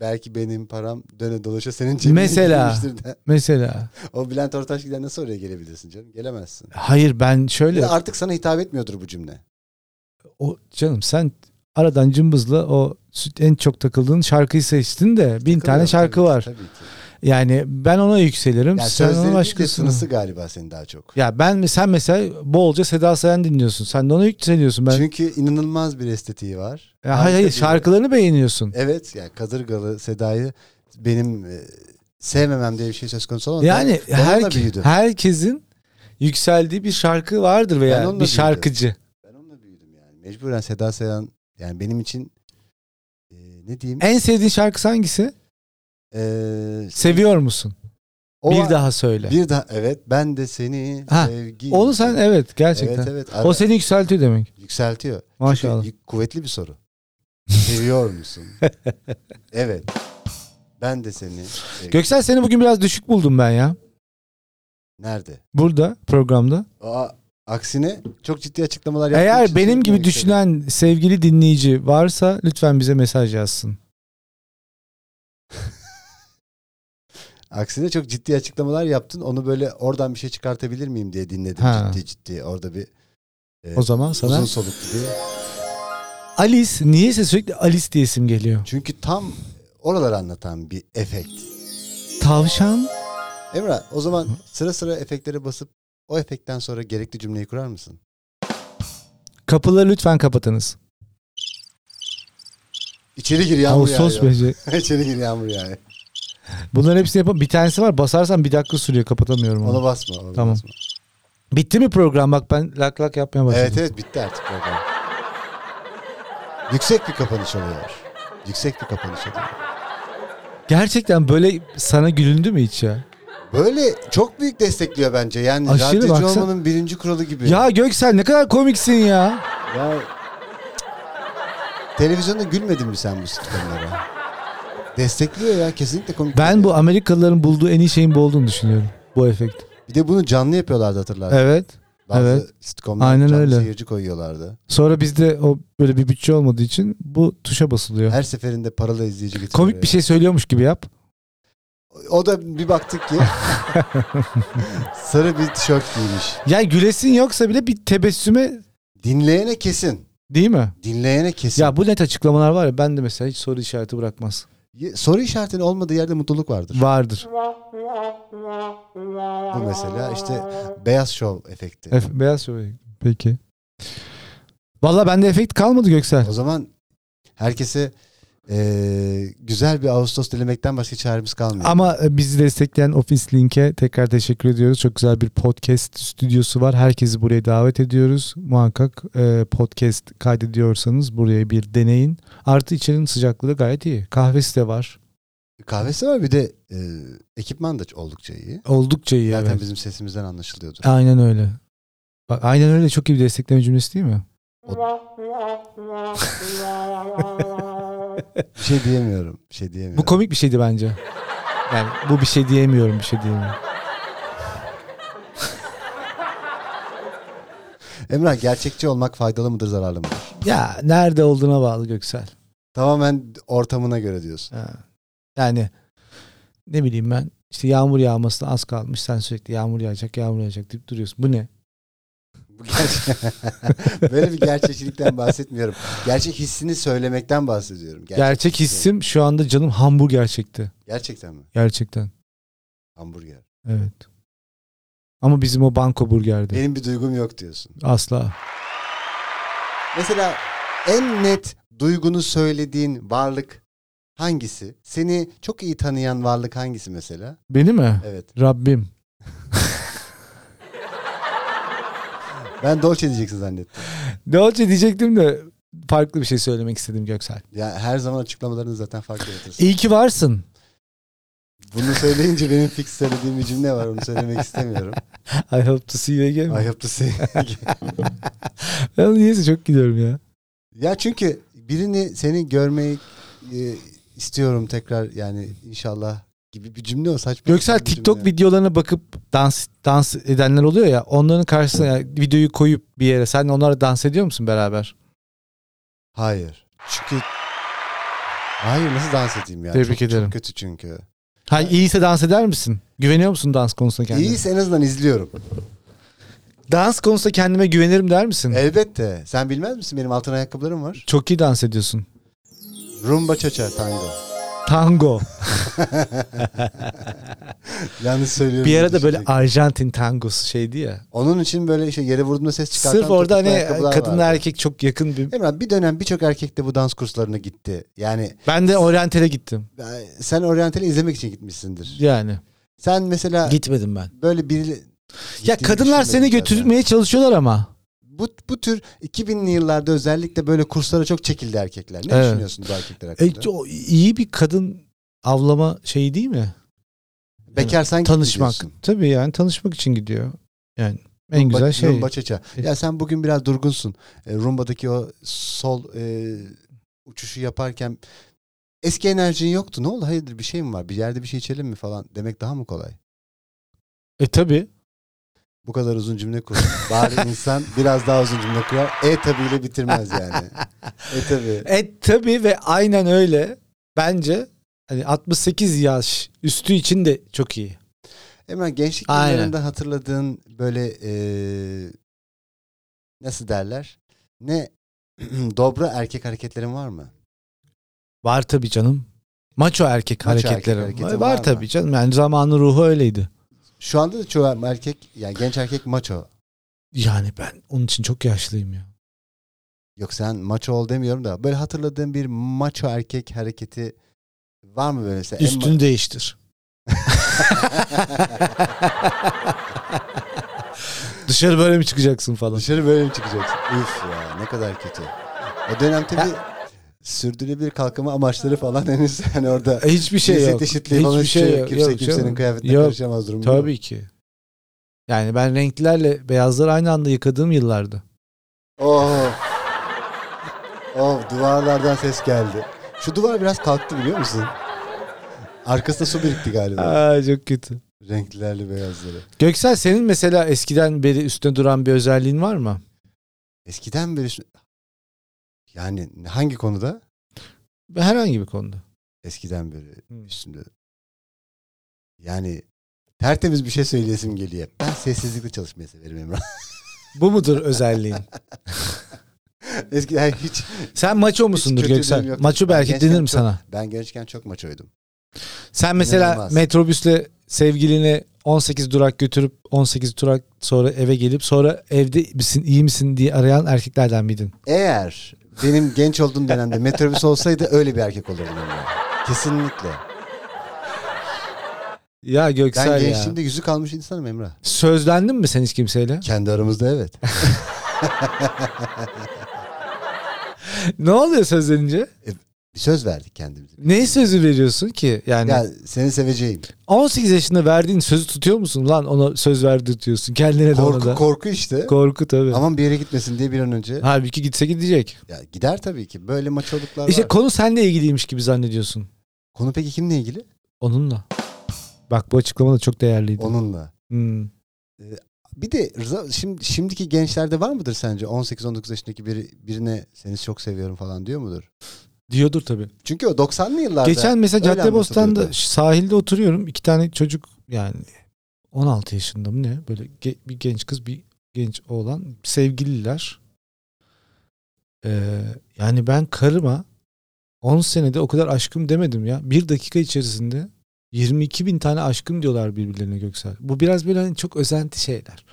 Speaker 1: belki benim param döne dolaşa senin cebine
Speaker 2: Mesela.
Speaker 1: girmiştir de.
Speaker 2: Mesela.
Speaker 1: O Bülent Ortaçgil'den nasıl oraya gelebilirsin canım? Gelemezsin.
Speaker 2: Hayır ben
Speaker 1: Bir
Speaker 2: şöyle.
Speaker 1: de artık sana hitap etmiyordur bu cümle.
Speaker 2: O canım sen aradan cımbızla o sü- en çok takıldığın şarkıyı seçtin de bin tane
Speaker 1: Takılıyorum,
Speaker 2: şarkı
Speaker 1: tabii ki,
Speaker 2: var.
Speaker 1: Tabii ki.
Speaker 2: Yani ben ona yükselirim.
Speaker 1: Yani
Speaker 2: sen ona
Speaker 1: sözlerin
Speaker 2: başkasına.
Speaker 1: başkasınısı galiba senin daha çok.
Speaker 2: Ya ben mi sen mesela bolca Seda Sayan dinliyorsun. Sen de ona yükseliyorsun. Ben
Speaker 1: Çünkü inanılmaz bir estetiği var.
Speaker 2: Ya hayır hayır
Speaker 1: Harika bir-
Speaker 2: şarkılarını beğeniyorsun.
Speaker 1: Evet yani Kadırgalı Seda'yı benim e, sevmemem diye bir şey söz konusu olmadı.
Speaker 2: yani
Speaker 1: ben onunla
Speaker 2: her,
Speaker 1: büyüdüm.
Speaker 2: herkesin yükseldiği bir şarkı vardır veya
Speaker 1: onunla
Speaker 2: bir
Speaker 1: büyüdüm.
Speaker 2: şarkıcı.
Speaker 1: Ben onunla büyüdüm yani. Mecburen Seda Sayan yani benim için e, ne diyeyim?
Speaker 2: En sevdiğin şarkısı hangisi?
Speaker 1: Ee,
Speaker 2: Seviyor musun?
Speaker 1: o
Speaker 2: bir
Speaker 1: an-
Speaker 2: daha söyle.
Speaker 1: Bir daha evet ben de seni
Speaker 2: Ha,
Speaker 1: sevgi.
Speaker 2: Onu sen evet gerçekten.
Speaker 1: Evet evet.
Speaker 2: O seni yükseltiyor demek.
Speaker 1: Yükseltiyor.
Speaker 2: Maşallah.
Speaker 1: Çünkü yük- kuvvetli bir soru. Seviyor musun? evet. Ben de seni. e, sevgi-
Speaker 2: Göksel seni bugün biraz düşük buldum ben ya.
Speaker 1: Nerede?
Speaker 2: Burada programda.
Speaker 1: Aa, aksine çok ciddi açıklamalar yaptığın
Speaker 2: Eğer
Speaker 1: için
Speaker 2: benim
Speaker 1: seni
Speaker 2: gibi
Speaker 1: yükseltiyor.
Speaker 2: düşünen sevgili dinleyici varsa lütfen bize mesaj yazsın.
Speaker 1: Aksine çok ciddi açıklamalar yaptın. Onu böyle oradan bir şey çıkartabilir miyim diye dinledim
Speaker 2: Ha.
Speaker 1: ciddi ciddi. Orada bir e,
Speaker 2: O zaman sana
Speaker 1: uzun soluklu diye.
Speaker 2: Alice niyeyse sürekli Alice diye isim geliyor.
Speaker 1: Çünkü tam oraları anlatan bir efekt.
Speaker 2: Tavşan
Speaker 1: Emrah o zaman sıra sıra efektlere basıp o efektten sonra gerekli cümleyi kurar mısın?
Speaker 2: kapıları lütfen kapatınız.
Speaker 1: İçeri gir yağmur
Speaker 2: Ağustos
Speaker 1: yağıyor.
Speaker 2: böceği.
Speaker 1: İçeri gir yağmur yağıyor.
Speaker 2: Bunların hepsini yapam. Bir tanesi var basarsan bir dakika sürüyor kapatamıyorum
Speaker 1: Ona
Speaker 2: onu.
Speaker 1: basma. Ona
Speaker 2: Tamam.
Speaker 1: basma.
Speaker 2: Bitti mi program bak ben lak lak yapmaya başladım.
Speaker 1: Evet evet bitti artık program. Yüksek bir kapanış oluyor. Yüksek bir kapanış oluyor.
Speaker 2: Gerçekten böyle sana gülündü mü hiç ya?
Speaker 1: Böyle çok büyük destekliyor bence. Yani
Speaker 2: Aşırı
Speaker 1: radyocu
Speaker 2: baksana.
Speaker 1: olmanın birinci kuralı gibi.
Speaker 2: Ya Göksel ne kadar komiksin ya.
Speaker 1: Ya- Televizyonda gülmedin mi sen bu sistemlere? Destekliyor ya kesinlikle komik.
Speaker 2: Ben
Speaker 1: değil.
Speaker 2: bu Amerikalıların bulduğu en iyi şeyin bu olduğunu düşünüyorum. Bu efekt.
Speaker 1: Bir de bunu canlı yapıyorlardı hatırlarsın.
Speaker 2: Evet.
Speaker 1: Bazı
Speaker 2: evet.
Speaker 1: sitcomlar
Speaker 2: Aynen
Speaker 1: canlı
Speaker 2: öyle.
Speaker 1: seyirci koyuyorlardı.
Speaker 2: Sonra bizde o böyle bir bütçe olmadığı için bu tuşa basılıyor.
Speaker 1: Her seferinde paralı izleyici getiriyor.
Speaker 2: Komik bir şey söylüyormuş gibi yap.
Speaker 1: O da bir baktık ki sarı bir tişört giymiş.
Speaker 2: Yani gülesin yoksa bile bir tebessüme
Speaker 1: Dinleyene kesin.
Speaker 2: değil mi?
Speaker 1: Dinleyene kesin.
Speaker 2: Ya bu net açıklamalar var ya ben de mesela hiç soru işareti bırakmaz.
Speaker 1: Ye- Soru işaretinin olmadığı yerde mutluluk vardır.
Speaker 2: Vardır.
Speaker 1: Bu mesela işte beyaz şov efekti.
Speaker 2: Efe- beyaz şövalye. Peki. Valla bende efekt kalmadı Göksel.
Speaker 1: O zaman herkese eee, güzel bir Ağustos dilemekten başka çaremiz kalmıyor.
Speaker 2: Ama e, bizi destekleyen Office Link'e tekrar teşekkür ediyoruz. Çok güzel bir podcast stüdyosu var. Herkesi buraya davet ediyoruz. Muhakkak e, podcast kaydediyorsanız buraya bir deneyin. Artı içerinin sıcaklığı da gayet iyi. Kahvesi de var.
Speaker 1: Kahvesi var bir de eee, ekipman da oldukça iyi.
Speaker 2: Oldukça iyi.
Speaker 1: Zaten
Speaker 2: evet.
Speaker 1: bizim sesimizden anlaşılıyordu.
Speaker 2: Aynen öyle. Bak aynen öyle çok iyi bir destekleme cümlesi değil mi?
Speaker 1: Bir şey diyemiyorum. Bir şey diyemiyorum.
Speaker 2: Bu komik bir şeydi bence. Yani bu bir şey diyemiyorum, bir şey diyemiyorum.
Speaker 1: Emrah gerçekçi olmak faydalı mıdır zararlı mıdır?
Speaker 2: Ya nerede olduğuna bağlı Göksel.
Speaker 1: Tamamen ortamına göre diyorsun.
Speaker 2: Ha. Yani ne bileyim ben işte yağmur yağmasına az kalmış. Sen sürekli yağmur yağacak, yağmur yağacak deyip duruyorsun. Bu ne?
Speaker 1: Bu gerçek- Böyle bir gerçekçilikten bahsetmiyorum. Gerçek hissini söylemekten bahsediyorum.
Speaker 2: Gerçek, şey hissim şu anda canım hamburger çekti.
Speaker 1: Gerçekten mi?
Speaker 2: Gerçekten.
Speaker 1: Hamburger.
Speaker 2: Evet. Ama bizim o banko burgerdi.
Speaker 1: Benim bir duygum yok diyorsun.
Speaker 2: Asla.
Speaker 1: Mesela en net duygunu söylediğin varlık hangisi? Seni çok iyi tanıyan varlık hangisi mesela?
Speaker 2: Beni mi?
Speaker 1: Evet.
Speaker 2: Rabbim.
Speaker 1: Ben Dolce diyeceksin zannettim.
Speaker 2: Dolce diyecektim de farklı bir şey söylemek istedim Göksel.
Speaker 1: Ya her zaman açıklamalarını zaten fark yaratırsın.
Speaker 2: İyi ki varsın.
Speaker 1: Bunu söyleyince benim fix söylediğim bir cümle var. Onu söylemek istemiyorum.
Speaker 2: I hope to see you again.
Speaker 1: I hope to see.
Speaker 2: Ben niyeyse çok gidiyorum ya.
Speaker 1: ya çünkü birini seni görmeyi e, istiyorum tekrar yani inşallah gibi bir cümle o saçma.
Speaker 2: Göksel
Speaker 1: bir cümle.
Speaker 2: TikTok videolarına bakıp dans dans edenler oluyor ya. Onların karşısına yani videoyu koyup bir yere sen onlara dans ediyor musun beraber?
Speaker 1: Hayır. Çünkü Hayır nasıl dans edeyim ya?
Speaker 2: Tebrik
Speaker 1: çok,
Speaker 2: ederim.
Speaker 1: Çok kötü çünkü.
Speaker 2: Ha iyiyse dans eder misin? Güveniyor musun dans konusunda kendine?
Speaker 1: İyiyse en azından izliyorum.
Speaker 2: Dans konusunda kendime güvenirim der misin?
Speaker 1: Elbette. Sen bilmez misin? Benim altın ayakkabılarım var.
Speaker 2: Çok iyi dans ediyorsun.
Speaker 1: Rumba çaça tango.
Speaker 2: Tango.
Speaker 1: Yalnız söylüyorum.
Speaker 2: Bir arada böyle
Speaker 1: Düşünecek.
Speaker 2: Arjantin tangosu şeydi ya.
Speaker 1: Onun için böyle işte yere vurduğunda ses çıkartan
Speaker 2: Sırf orada
Speaker 1: topuklu
Speaker 2: hani
Speaker 1: ayakkabılar
Speaker 2: kadınla
Speaker 1: vardı.
Speaker 2: erkek çok yakın bir...
Speaker 1: Emrah bir dönem birçok erkek de bu dans kurslarına gitti. Yani
Speaker 2: Ben de oryantale gittim.
Speaker 1: e, sen oryantal'i izlemek için gitmişsindir.
Speaker 2: Yani.
Speaker 1: Sen mesela
Speaker 2: Gitmedim ben.
Speaker 1: böyle biri...
Speaker 2: Ya
Speaker 1: Gittiğini
Speaker 2: kadınlar seni
Speaker 1: düşünmedim zaten.
Speaker 2: götürmeye çalışıyorlar ama.
Speaker 1: Bu, bu tür 2000'li yıllarda özellikle böyle kurslara çok çekildi erkekler. Ne
Speaker 2: Evet.
Speaker 1: düşünüyorsun bu erkekler
Speaker 2: E,
Speaker 1: hakkında?
Speaker 2: o iyi bir kadın avlama şeyi değil mi?
Speaker 1: Bekarsan git
Speaker 2: Tanışmak.
Speaker 1: diyorsun.
Speaker 2: Tabii yani tanışmak için gidiyor. Yani en
Speaker 1: Rumba-
Speaker 2: güzel şey.
Speaker 1: Rumba çaça. Ya sen bugün biraz durgunsun. E, rumbadaki o sol e, uçuşu yaparken eski enerjin yoktu. Ne oldu? Hayırdır bir şey mi var? Bir yerde bir şey içelim mi falan demek daha mı kolay?
Speaker 2: E tabii.
Speaker 1: Bu kadar uzun cümle kur. Bari insan biraz daha uzun cümle kurar. E tabiyle bitirmez yani. E tabi.
Speaker 2: E tabii ve aynen öyle. Bence hani 68 yaş üstü için de çok iyi.
Speaker 1: Hemen gençlik
Speaker 2: Aynen.
Speaker 1: yıllarında hatırladığın böyle e, nasıl derler? Ne dobra erkek hareketlerin var mı?
Speaker 2: Var tabii canım. Maço erkek
Speaker 1: Maço erkek
Speaker 2: hareketleri
Speaker 1: hareketi
Speaker 2: var,
Speaker 1: var mı?
Speaker 2: tabii canım. Yani zamanın ruhu öyleydi.
Speaker 1: Şu anda da çoğu erkek yani genç erkek maço.
Speaker 2: Yani ben onun için çok yaşlıyım ya.
Speaker 1: Yok sen maço ol demiyorum da böyle hatırladığın bir maço erkek hareketi var mı böyle mesela? En ma-
Speaker 2: Üstünü değiştir. Dışarı böyle mi çıkacaksın falan?
Speaker 1: Dışarı böyle mi çıkacaksın? Üf ya ne kadar kötü. O dönem tabii sürdürülebilir kalkınma amaçları falan henüz hani orada
Speaker 2: E, Hiçbir şey
Speaker 1: cinsiyet
Speaker 2: yok.
Speaker 1: eşitliği falan hiçbir şey yok. Kimse kimsenin
Speaker 2: canım.
Speaker 1: kıyafetine
Speaker 2: Yok.
Speaker 1: karışamaz durumda.
Speaker 2: Tabii ki. Yani ben renklilerle beyazları aynı anda yıkadığım yıllardı.
Speaker 1: Oh. Oh duvarlardan ses geldi. Şu duvar biraz kalktı biliyor musun? Arkasında su birikti galiba.
Speaker 2: Aa çok kötü.
Speaker 1: Renklilerle beyazları.
Speaker 2: Göksel senin mesela eskiden beri üstüne duran bir özelliğin var mı?
Speaker 1: Eskiden beri şu- yani hangi konuda?
Speaker 2: Herhangi bir konuda.
Speaker 1: Eskiden beri
Speaker 2: Hmm.
Speaker 1: üstümde. Yani tertemiz bir şey söyleyesim geliyor. Ben sessizlikle çalışmayı severim Emrah.
Speaker 2: Bu mudur özelliğin?
Speaker 1: Eskiden hiç
Speaker 2: Sen maço musundur
Speaker 1: kötülüğüm
Speaker 2: Göksel?
Speaker 1: yok.
Speaker 2: Maço bir
Speaker 1: Ben
Speaker 2: erkek
Speaker 1: gençken
Speaker 2: denir mi
Speaker 1: çok-
Speaker 2: sana?
Speaker 1: ben gençken çok maçoydum.
Speaker 2: Sen mesela
Speaker 1: İnanılmaz.
Speaker 2: metrobüsle sevgilini 18 durak götürüp 18 durak sonra eve gelip sonra evde misin iyi misin diye arayan erkeklerden miydin?
Speaker 1: Eğer benim genç olduğum dönemde metrobüs olsaydı öyle bir erkek olurdum. Emrah. Kesinlikle.
Speaker 2: Ya Göksel
Speaker 1: Ben
Speaker 2: ya.
Speaker 1: gençliğimde yüzü kalmış insanım Emrah.
Speaker 2: Sözlendin mi sen hiç kimseyle?
Speaker 1: Kendi aramızda evet.
Speaker 2: ne oluyor sözlenince?
Speaker 1: Bir söz verdik kendimize.
Speaker 2: Ne sözü veriyorsun ki? Yani
Speaker 1: Ya seni seveceğim.
Speaker 2: 18 yaşında verdiğin sözü tutuyor musun lan ona söz verdi diyorsun. Kendine de ona
Speaker 1: Korku
Speaker 2: da.
Speaker 1: korku işte.
Speaker 2: Korku tabii.
Speaker 1: Aman bir yere gitmesin diye bir an önce.
Speaker 2: Halbuki gitse gidecek.
Speaker 1: Ya gider tabii ki. Böyle maçoluklar
Speaker 2: İşte
Speaker 1: var.
Speaker 2: konu seninle ilgiliymiş gibi zannediyorsun.
Speaker 1: Konu peki kimle ilgili?
Speaker 2: Onunla. Bak bu açıklama da çok değerliydi.
Speaker 1: Onunla.
Speaker 2: Hmm.
Speaker 1: Bir de Rıza, şimdi, şimdiki gençlerde var mıdır sence 18-19 yaşındaki biri, birine seni çok seviyorum falan diyor mudur?
Speaker 2: Diyordur tabii.
Speaker 1: Çünkü o 90'lı yıllarda.
Speaker 2: Geçen mesela
Speaker 1: öyle
Speaker 2: Caddebostan'da
Speaker 1: anlatılıyordu.
Speaker 2: sahilde oturuyorum. iki tane çocuk yani 16 yaşında mı ne? Böyle ge- bir genç kız bir genç oğlan sevgililer. Ee, yani ben karıma 10 senede o kadar aşkım demedim ya. Bir dakika içerisinde 22 bin tane aşkım diyorlar birbirlerine Göksel. Bu biraz böyle hani çok özenti şeyler.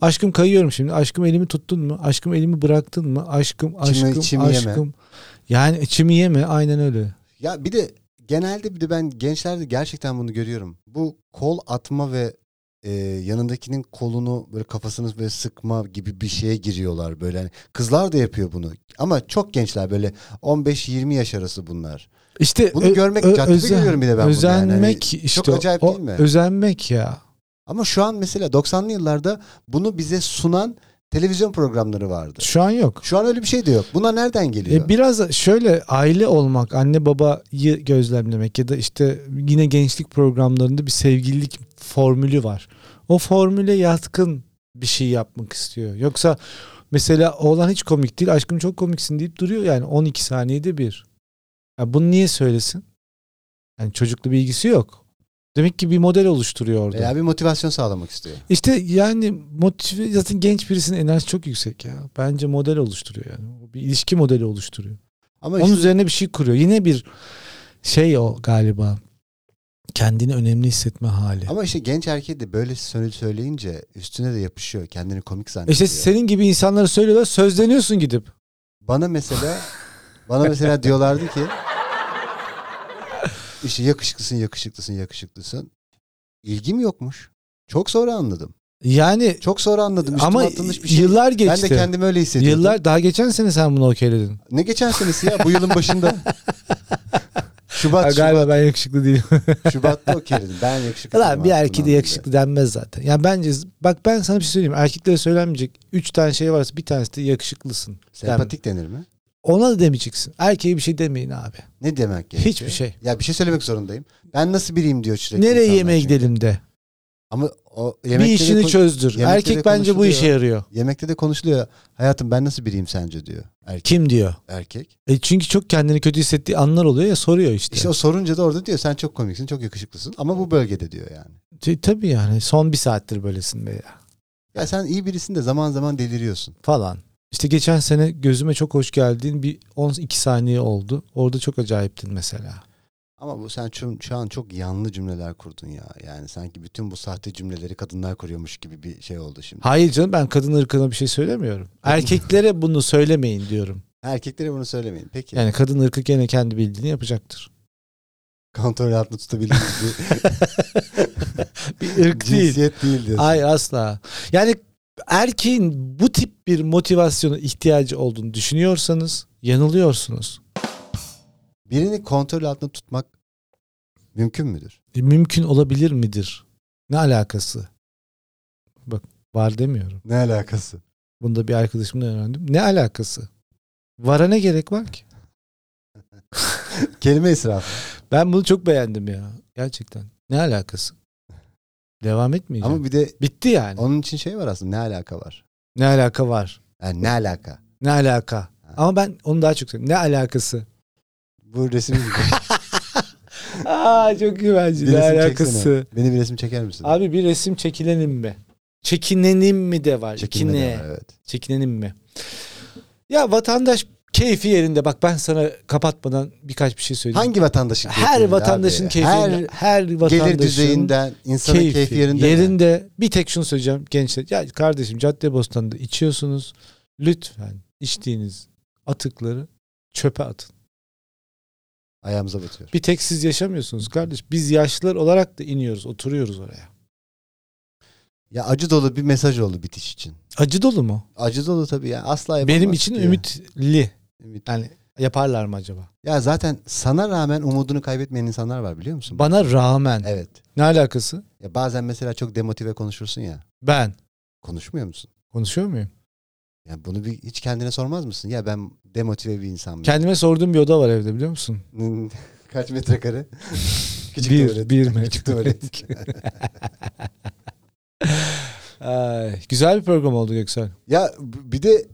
Speaker 2: Aşkım kayıyorum şimdi. Aşkım elimi tuttun mu? Aşkım elimi bıraktın mı? Aşkım,
Speaker 1: İçimi-
Speaker 2: aşkım,
Speaker 1: içimi yeme.
Speaker 2: aşkım. Yani içimi yeme aynen öyle.
Speaker 1: Ya bir de genelde bir de ben gençlerde gerçekten bunu görüyorum. Bu kol atma ve e, yanındakinin kolunu böyle kafasını böyle sıkma gibi bir şeye giriyorlar böyle. Hani kızlar da yapıyor bunu. Ama çok gençler böyle 15-20 yaş arası bunlar.
Speaker 2: İşte
Speaker 1: Bunu görmek, caddede görüyorum bir de ben bunu yani. Hani
Speaker 2: Özenmek işte
Speaker 1: çok acayip
Speaker 2: o,
Speaker 1: değil mi?
Speaker 2: Özenmek ya.
Speaker 1: Ama şu an mesela 90'lı yıllarda bunu bize sunan televizyon programları vardı.
Speaker 2: Şu an yok.
Speaker 1: Şu an öyle bir şey de yok. Buna nereden geliyor?
Speaker 2: E biraz da şöyle aile olmak, anne babayı gözlemlemek ya da işte yine gençlik programlarında bir sevgililik formülü var. O formüle yatkın bir şey yapmak istiyor. Yoksa mesela oğlan hiç komik değil, aşkım çok komiksin deyip duruyor yani 12 saniyede bir. Ya bunu niye söylesin? Yani çocukla bir ilgisi yok. Demek ki bir model oluşturuyor orada.
Speaker 1: Veya bir motivasyon sağlamak istiyor.
Speaker 2: İşte yani motive zaten genç birisinin enerjisi çok yüksek ya. Bence model oluşturuyor yani. O Bir ilişki modeli oluşturuyor.
Speaker 1: Ama
Speaker 2: Onun
Speaker 1: işte-
Speaker 2: üzerine bir şey kuruyor. Yine bir şey o galiba. Kendini önemli hissetme hali.
Speaker 1: ama işte genç erkeği de böyle söyle- söyleyince üstüne de yapışıyor. Kendini komik zannediyor.
Speaker 2: işte senin gibi insanlara söylüyorlar sözleniyorsun gidip.
Speaker 1: Bana mesela bana mesela diyorlardı ki işte yakışıklısın, yakışıklısın, yakışıklısın. İlgim yokmuş. Çok sonra anladım.
Speaker 2: Yani
Speaker 1: Çok sonra anladım. Üstüme
Speaker 2: ama
Speaker 1: atılmış bir şey.
Speaker 2: yıllar
Speaker 1: Ben
Speaker 2: geçti.
Speaker 1: de kendimi öyle hissediyordum.
Speaker 2: Yıllar daha geçen sene sen bunu okeyledin.
Speaker 1: Ne geçen senesi ya bu yılın başında.
Speaker 2: Ha,
Speaker 1: Şubat,
Speaker 2: galiba ben yakışıklı değilim.
Speaker 1: Şubat, Şubat'ta okeydim. Ben yakışıklı.
Speaker 2: Lan bir erkeğe de yakışıklı denmez zaten. Yani bence bak ben sana bir şey söyleyeyim. Erkeklere söylenmeyecek 3 tane şey varsa bir tanesi de yakışıklısın.
Speaker 1: Sempatik denir mi?
Speaker 2: Ona da demeyeceksin. Erkeğe bir şey demeyin abi.
Speaker 1: Ne demek gerekiyor?
Speaker 2: Hiçbir şey.
Speaker 1: Ya bir şey söylemek zorundayım. Ben nasıl biriyim diyor sürekli.
Speaker 2: Nereye
Speaker 1: insanlar
Speaker 2: yemeğe
Speaker 1: çünkü.
Speaker 2: gidelim de.
Speaker 1: Ama o yemekte
Speaker 2: bir işini
Speaker 1: de, kon-
Speaker 2: çözdür.
Speaker 1: yemekte de
Speaker 2: Erkek bence bu
Speaker 1: konuşuluyor.
Speaker 2: işe yarıyor.
Speaker 1: Yemekte de konuşuluyor. Hayatım ben nasıl biriyim sence diyor. Erkek.
Speaker 2: Kim diyor?
Speaker 1: erkek.
Speaker 2: E çünkü çok kendini kötü hissettiği anlar oluyor ya soruyor işte.
Speaker 1: İşte o sorunca da orada diyor sen çok komiksin, çok yakışıklısın ama bu bölgede diyor yani.
Speaker 2: T- Tabii yani son bir saattir böylesin be ya
Speaker 1: Ya sen iyi birisin de zaman zaman deliriyorsun.
Speaker 2: falan. İşte geçen sene gözüme çok hoş geldiğin bir 12 saniye oldu. Orada çok acayiptin mesela.
Speaker 1: Ama bu sen şu, şu an çok yanlı cümleler kurdun ya. Yani sanki bütün bu sahte cümleleri kadınlar kuruyormuş gibi bir şey oldu şimdi.
Speaker 2: Hayır canım ben kadın ırkına bir şey söylemiyorum. Erkeklere bunu söylemeyin diyorum.
Speaker 1: Erkeklere bunu söylemeyin. Peki.
Speaker 2: Yani kadın ırkı gene kendi bildiğini yapacaktır.
Speaker 1: Kontrol altında tutabildiğiniz bir
Speaker 2: Bir ırk değil.
Speaker 1: cinsiyet değil diyorsun.
Speaker 2: Hayır asla. Yani erkeğin bu tip bir motivasyona ihtiyacı olduğunu düşünüyorsanız yanılıyorsunuz.
Speaker 1: Birini kontrol altında tutmak mümkün müdür?
Speaker 2: E, mümkün olabilir midir? Ne alakası? Bak var demiyorum.
Speaker 1: Ne alakası?
Speaker 2: Bunu da bir arkadaşımdan öğrendim. Ne alakası? Vara ne gerek var ki?
Speaker 1: Kelime israfı.
Speaker 2: Ben bunu çok beğendim ya. Gerçekten. Ne alakası? Devam etmeyeceğim.
Speaker 1: Ama bir de
Speaker 2: Bitti yani.
Speaker 1: onun için şey var aslında ne alaka var?
Speaker 2: Ne alaka var?
Speaker 1: Yani ne alaka?
Speaker 2: Ne alaka? Ama ben onu daha çok seviyorum. Ne alakası?
Speaker 1: Bu resim gibi.
Speaker 2: Aa çok iyi bence.
Speaker 1: Bir
Speaker 2: ne
Speaker 1: resim
Speaker 2: alakası?
Speaker 1: çeksene. Beni bir resim çeker misin?
Speaker 2: Abi bir resim çekilenim mi? Çekinenim mi de var.
Speaker 1: Çekinme
Speaker 2: İkine.
Speaker 1: de var, evet.
Speaker 2: Çekinenim mi? Ya vatandaş keyfi yerinde. Bak ben sana kapatmadan birkaç bir şey söyleyeyim.
Speaker 1: Hangi vatandaşın
Speaker 2: her
Speaker 1: keyfinde
Speaker 2: vatandaşın
Speaker 1: abi?
Speaker 2: keyfi
Speaker 1: Her
Speaker 2: yerinde. Her
Speaker 1: gelir
Speaker 2: vatandaşın
Speaker 1: düzeyinden, insanın
Speaker 2: keyfi,
Speaker 1: keyfi, yerinde. mi?
Speaker 2: yerinde. Bir tek şunu söyleyeceğim gençler. Ya kardeşim Caddebostan'da içiyorsunuz. Lütfen içtiğiniz atıkları çöpe atın.
Speaker 1: Ayağımıza batıyor.
Speaker 2: Bir tek siz yaşamıyorsunuz kardeş. Biz yaşlılar olarak da iniyoruz, oturuyoruz oraya.
Speaker 1: Ya acı dolu bir mesaj oldu bitiş için.
Speaker 2: Acı dolu mu?
Speaker 1: Acı dolu tabii ya. Asla yapamaz
Speaker 2: Benim için
Speaker 1: diye.
Speaker 2: ümitli.
Speaker 1: Ümit.
Speaker 2: Yani yaparlar mı acaba?
Speaker 1: Ya zaten sana rağmen umudunu kaybetmeyen insanlar var biliyor musun?
Speaker 2: Bana rağmen.
Speaker 1: Evet.
Speaker 2: Ne alakası?
Speaker 1: Ya bazen mesela çok demotive konuşursun ya.
Speaker 2: Ben.
Speaker 1: Konuşmuyor musun?
Speaker 2: Konuşuyor muyum?
Speaker 1: Ya bunu bir hiç kendine sormaz mısın? Ya ben demotive bir insan mıyım?
Speaker 2: Kendime sorduğum bir oda var evde biliyor musun?
Speaker 1: Kaç metrekare? Küçük
Speaker 2: bir,
Speaker 1: tuvalet.
Speaker 2: bir
Speaker 1: Küçük tuvalet.
Speaker 2: Ay, güzel bir program oldu Göksel.
Speaker 1: ya b- bir de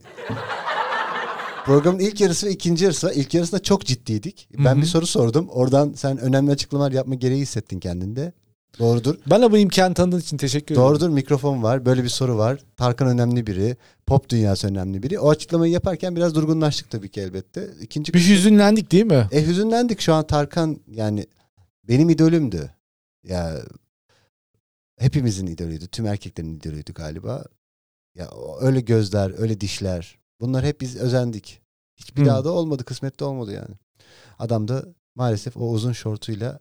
Speaker 1: programın ilk yarısı ve ikinci yarısı var. İlk yarısında çok ciddiydik. Ben
Speaker 2: Hı hı.
Speaker 1: bir soru sordum. Oradan sen önemli açıklamalar yapma gereği hissettin kendinde. Doğrudur.
Speaker 2: Bana bu imkanı tanıdığın için teşekkür ederim.
Speaker 1: Doğrudur mikrofon var. Böyle bir soru var. Tarkan önemli biri. Pop dünyası önemli biri. O açıklamayı yaparken biraz durgunlaştık tabii ki elbette. İkinci
Speaker 2: Bir hüzünlendik değil mi?
Speaker 1: E hüzünlendik şu an Tarkan yani benim idolümdü. Ya hepimizin idolüydü. Tüm erkeklerin idolüydü galiba. Ya o- öyle gözler, öyle dişler. Bunlar hep biz özendik. Hiçbir
Speaker 2: Hı.
Speaker 1: daha da olmadı, kısmette olmadı yani. Adam da maalesef o uzun şortuyla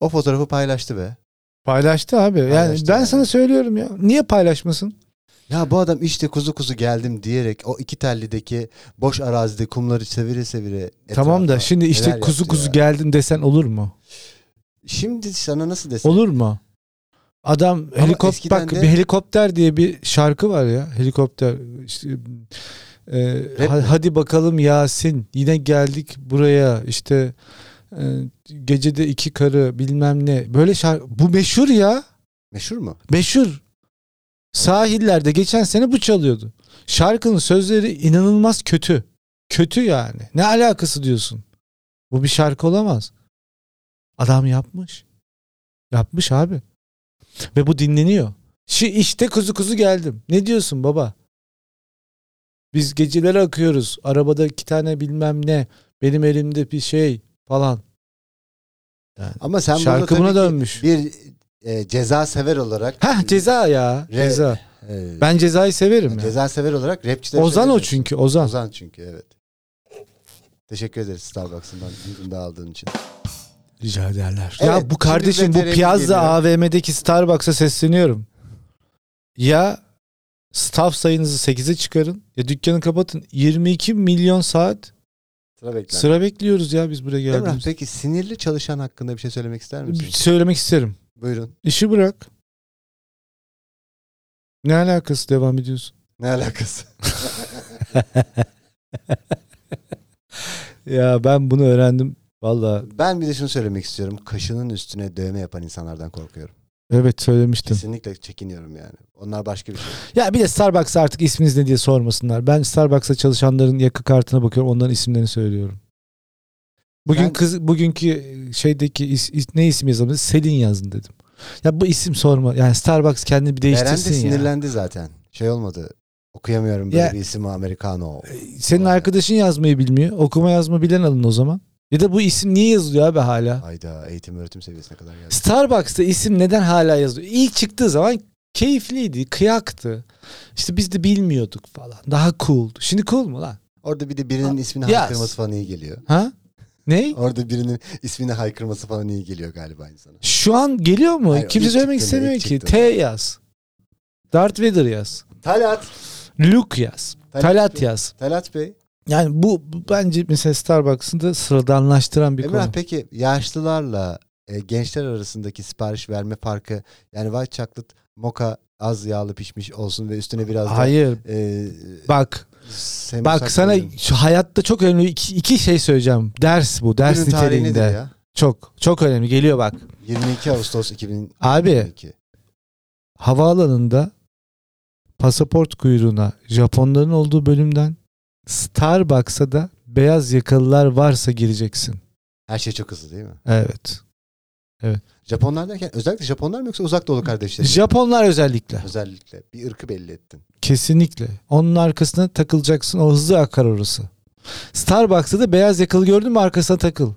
Speaker 1: o fotoğrafı paylaştı be.
Speaker 2: Paylaştı abi. Yani
Speaker 1: Paylaştı
Speaker 2: ben
Speaker 1: yani.
Speaker 2: sana söylüyorum ya. Niye paylaşmasın?
Speaker 1: Ya bu adam işte kuzu kuzu geldim diyerek o iki tellideki boş arazide kumları sevire sevire
Speaker 2: tamam da
Speaker 1: etrafa
Speaker 2: şimdi işte
Speaker 1: neler
Speaker 2: kuzu
Speaker 1: yaptı
Speaker 2: kuzu
Speaker 1: ya.
Speaker 2: geldin desen olur mu?
Speaker 1: Şimdi sana nasıl desem?
Speaker 2: Olur mu? Adam helikopter
Speaker 1: eskiden
Speaker 2: bak
Speaker 1: de-
Speaker 2: bir helikopter diye bir şarkı var ya. Helikopter işte e,
Speaker 1: Rap
Speaker 2: ha-
Speaker 1: mi?
Speaker 2: hadi bakalım Yasin yine geldik buraya işte e, gecede iki karı bilmem ne böyle şarkı bu meşhur ya
Speaker 1: Meşhur mu?
Speaker 2: meşhur sahillerde geçen sene bu çalıyordu şarkının sözleri inanılmaz kötü kötü yani ne alakası diyorsun bu bir şarkı olamaz adam yapmış Yapmış abi. Ve bu dinleniyor. Şu işte kuzu kuzu geldim. Ne diyorsun baba? Biz geceleri akıyoruz. Arabada iki tane bilmem ne. Benim elimde bir şey falan.
Speaker 1: Ama sen
Speaker 2: Şarkı
Speaker 1: burada
Speaker 2: buna
Speaker 1: tabii ki
Speaker 2: dönmüş.
Speaker 1: bir e, ceza sever olarak
Speaker 2: Heh ceza ya.
Speaker 1: Re-
Speaker 2: ceza.
Speaker 1: e,
Speaker 2: Ben cezayı severim ya.
Speaker 1: ceza sever olarak rapçiler
Speaker 2: Ozan o çünkü Ozan.
Speaker 1: Ozan çünkü evet. Teşekkür ederiz Starbucks'ın ben bir günde aldığın için.
Speaker 2: Rica ederler.
Speaker 1: Evet,
Speaker 2: ya bu kardeşim
Speaker 1: şimdi
Speaker 2: bu
Speaker 1: veterin
Speaker 2: Piazza
Speaker 1: geliyor.
Speaker 2: AVM'deki Starbucks'a sesleniyorum. Ya staff sayınızı 8'e çıkarın ya dükkanı kapatın. 22 milyon saat
Speaker 1: Sıra bekler.
Speaker 2: sıra bekliyoruz ya biz buraya
Speaker 1: Emrah
Speaker 2: geldiğimizde.
Speaker 1: peki sinirli çalışan hakkında bir şey söylemek ister misin?
Speaker 2: Söylemek isterim.
Speaker 1: Buyurun.
Speaker 2: İşi bırak. Ne alakası devam ediyorsun?
Speaker 1: Ne alakası?
Speaker 2: Ya ben bunu öğrendim. Valla
Speaker 1: ben bir de şunu söylemek istiyorum. Kaşının üstüne dövme yapan insanlardan korkuyorum.
Speaker 2: evet söylemiştim.
Speaker 1: Kesinlikle çekiniyorum yani. Onlar başka bir şey.
Speaker 2: Ya bir de Starbucks artık isminiz ne diye sormasınlar. Ben Starbucks'ta çalışanların yakı kartına bakıyorum. Onların isimlerini söylüyorum. Bugün
Speaker 1: Ben-
Speaker 2: kız bugünkü şeydeki is- is- ne ismi yazalım? dedim, Selin yazın dedim. Ya bu isim sorma. Yani Starbucks kendini bir
Speaker 1: Eren de
Speaker 2: değiştirsin ya.
Speaker 1: sinirlendi zaten. Şey olmadı. Okuyamıyorum böyle
Speaker 2: Ya-
Speaker 1: bir isim Americano.
Speaker 2: Senin arkadaşın yazmayı bilmiyor. Okuma yazma bilen alın o zaman. Ya da bu isim niye yazılıyor abi hala?
Speaker 1: Hayda eğitim öğretim seviyesine kadar geldi.
Speaker 2: Starbucks'ta isim neden hala yazılıyor? İlk çıktığı zaman keyifliydi, kıyaktı. İşte biz de bilmiyorduk falan. Daha cool'du. Şimdi cool mu lan?
Speaker 1: Orada bir de birinin ismini
Speaker 2: Yaz.
Speaker 1: haykırması falan iyi geliyor.
Speaker 2: Ha? Ney?
Speaker 1: Orada birinin ismini haykırması falan iyi geliyor galiba insana.
Speaker 2: Şu an geliyor mu?
Speaker 1: Hayır,
Speaker 2: Kimse
Speaker 1: ilk
Speaker 2: söylemek
Speaker 1: çıktığında,
Speaker 2: istemiyor
Speaker 1: ilk
Speaker 2: ki.
Speaker 1: çıktığında.
Speaker 2: T yaz. Darth Vader yaz.
Speaker 1: Talat.
Speaker 2: Luke yaz.
Speaker 1: Talat
Speaker 2: Talat
Speaker 1: Bey.
Speaker 2: yaz.
Speaker 1: Talat Bey.
Speaker 2: Yani bu, bu bence mesela Starbucks'ın da sıradanlaştıran bir
Speaker 1: Emrah
Speaker 2: konu.
Speaker 1: peki yaşlılarla e, gençler arasındaki sipariş verme farkı yani white chocolate moka az yağlı pişmiş olsun ve üstüne biraz da
Speaker 2: Hayır.
Speaker 1: e,
Speaker 2: Bak.
Speaker 1: semsak
Speaker 2: Bak sana
Speaker 1: koyun.
Speaker 2: şu hayatta çok önemli iki, iki şey söyleyeceğim. Ders bu. Ders
Speaker 1: Günün tarihi nedir
Speaker 2: niteliğinde.
Speaker 1: ya?
Speaker 2: Çok. Çok önemli. Geliyor bak.
Speaker 1: 22 Ağustos 2022.
Speaker 2: Abi havaalanında pasaport kuyruğuna Japonların olduğu bölümden Starbucks'a da beyaz yakalılar varsa gireceksin.
Speaker 1: Her şey çok hızlı değil mi?
Speaker 2: Evet.
Speaker 1: Japonlar derken özellikle Japonlar mı yoksa uzak doğu kardeşleri? mi?
Speaker 2: Japonlar özellikle.
Speaker 1: özellikle bir ırkı belli ettin.
Speaker 2: Kesinlikle. Onun arkasına takılacaksın. O hızlı akar orası. Starbucks'ta da beyaz yakalı gördün mü arkasına takıl.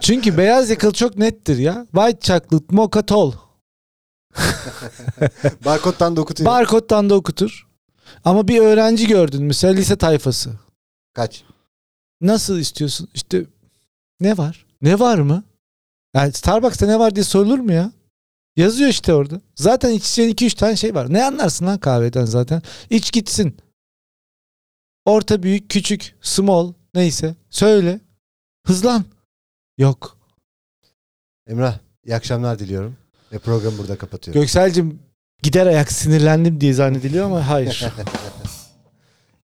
Speaker 2: Çünkü beyaz yakalı çok nettir ya. White chocolate, mocha tall.
Speaker 1: Barkod'dan dokutuyor.
Speaker 2: Barkod'dan da okutur. Ama bir öğrenci gördün mesela lise tayfası.
Speaker 1: Kaç?
Speaker 2: Nasıl istiyorsun? İşte ne var? Ne var mı? Yani Starbucks'ta ne var diye sorulur mu ya? Yazıyor işte orada. Zaten içeceğin 2-3 tane şey var. Ne anlarsın lan kahveden zaten? İç gitsin. Orta büyük, küçük, small neyse. Söyle. Hızlan. Yok.
Speaker 1: Emrah iyi akşamlar diliyorum ve programı burada kapatıyorum.
Speaker 2: Göksel'cim gider ayak sinirlendim diye zannediliyor ama hayır.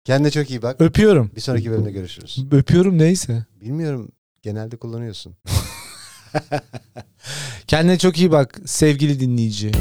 Speaker 1: Kendine çok iyi bak.
Speaker 2: Öpüyorum.
Speaker 1: Bir sonraki bölümde görüşürüz.
Speaker 2: Öpüyorum neyse.
Speaker 1: Bilmiyorum genelde kullanıyorsun.
Speaker 2: Kendine çok iyi bak sevgili dinleyici.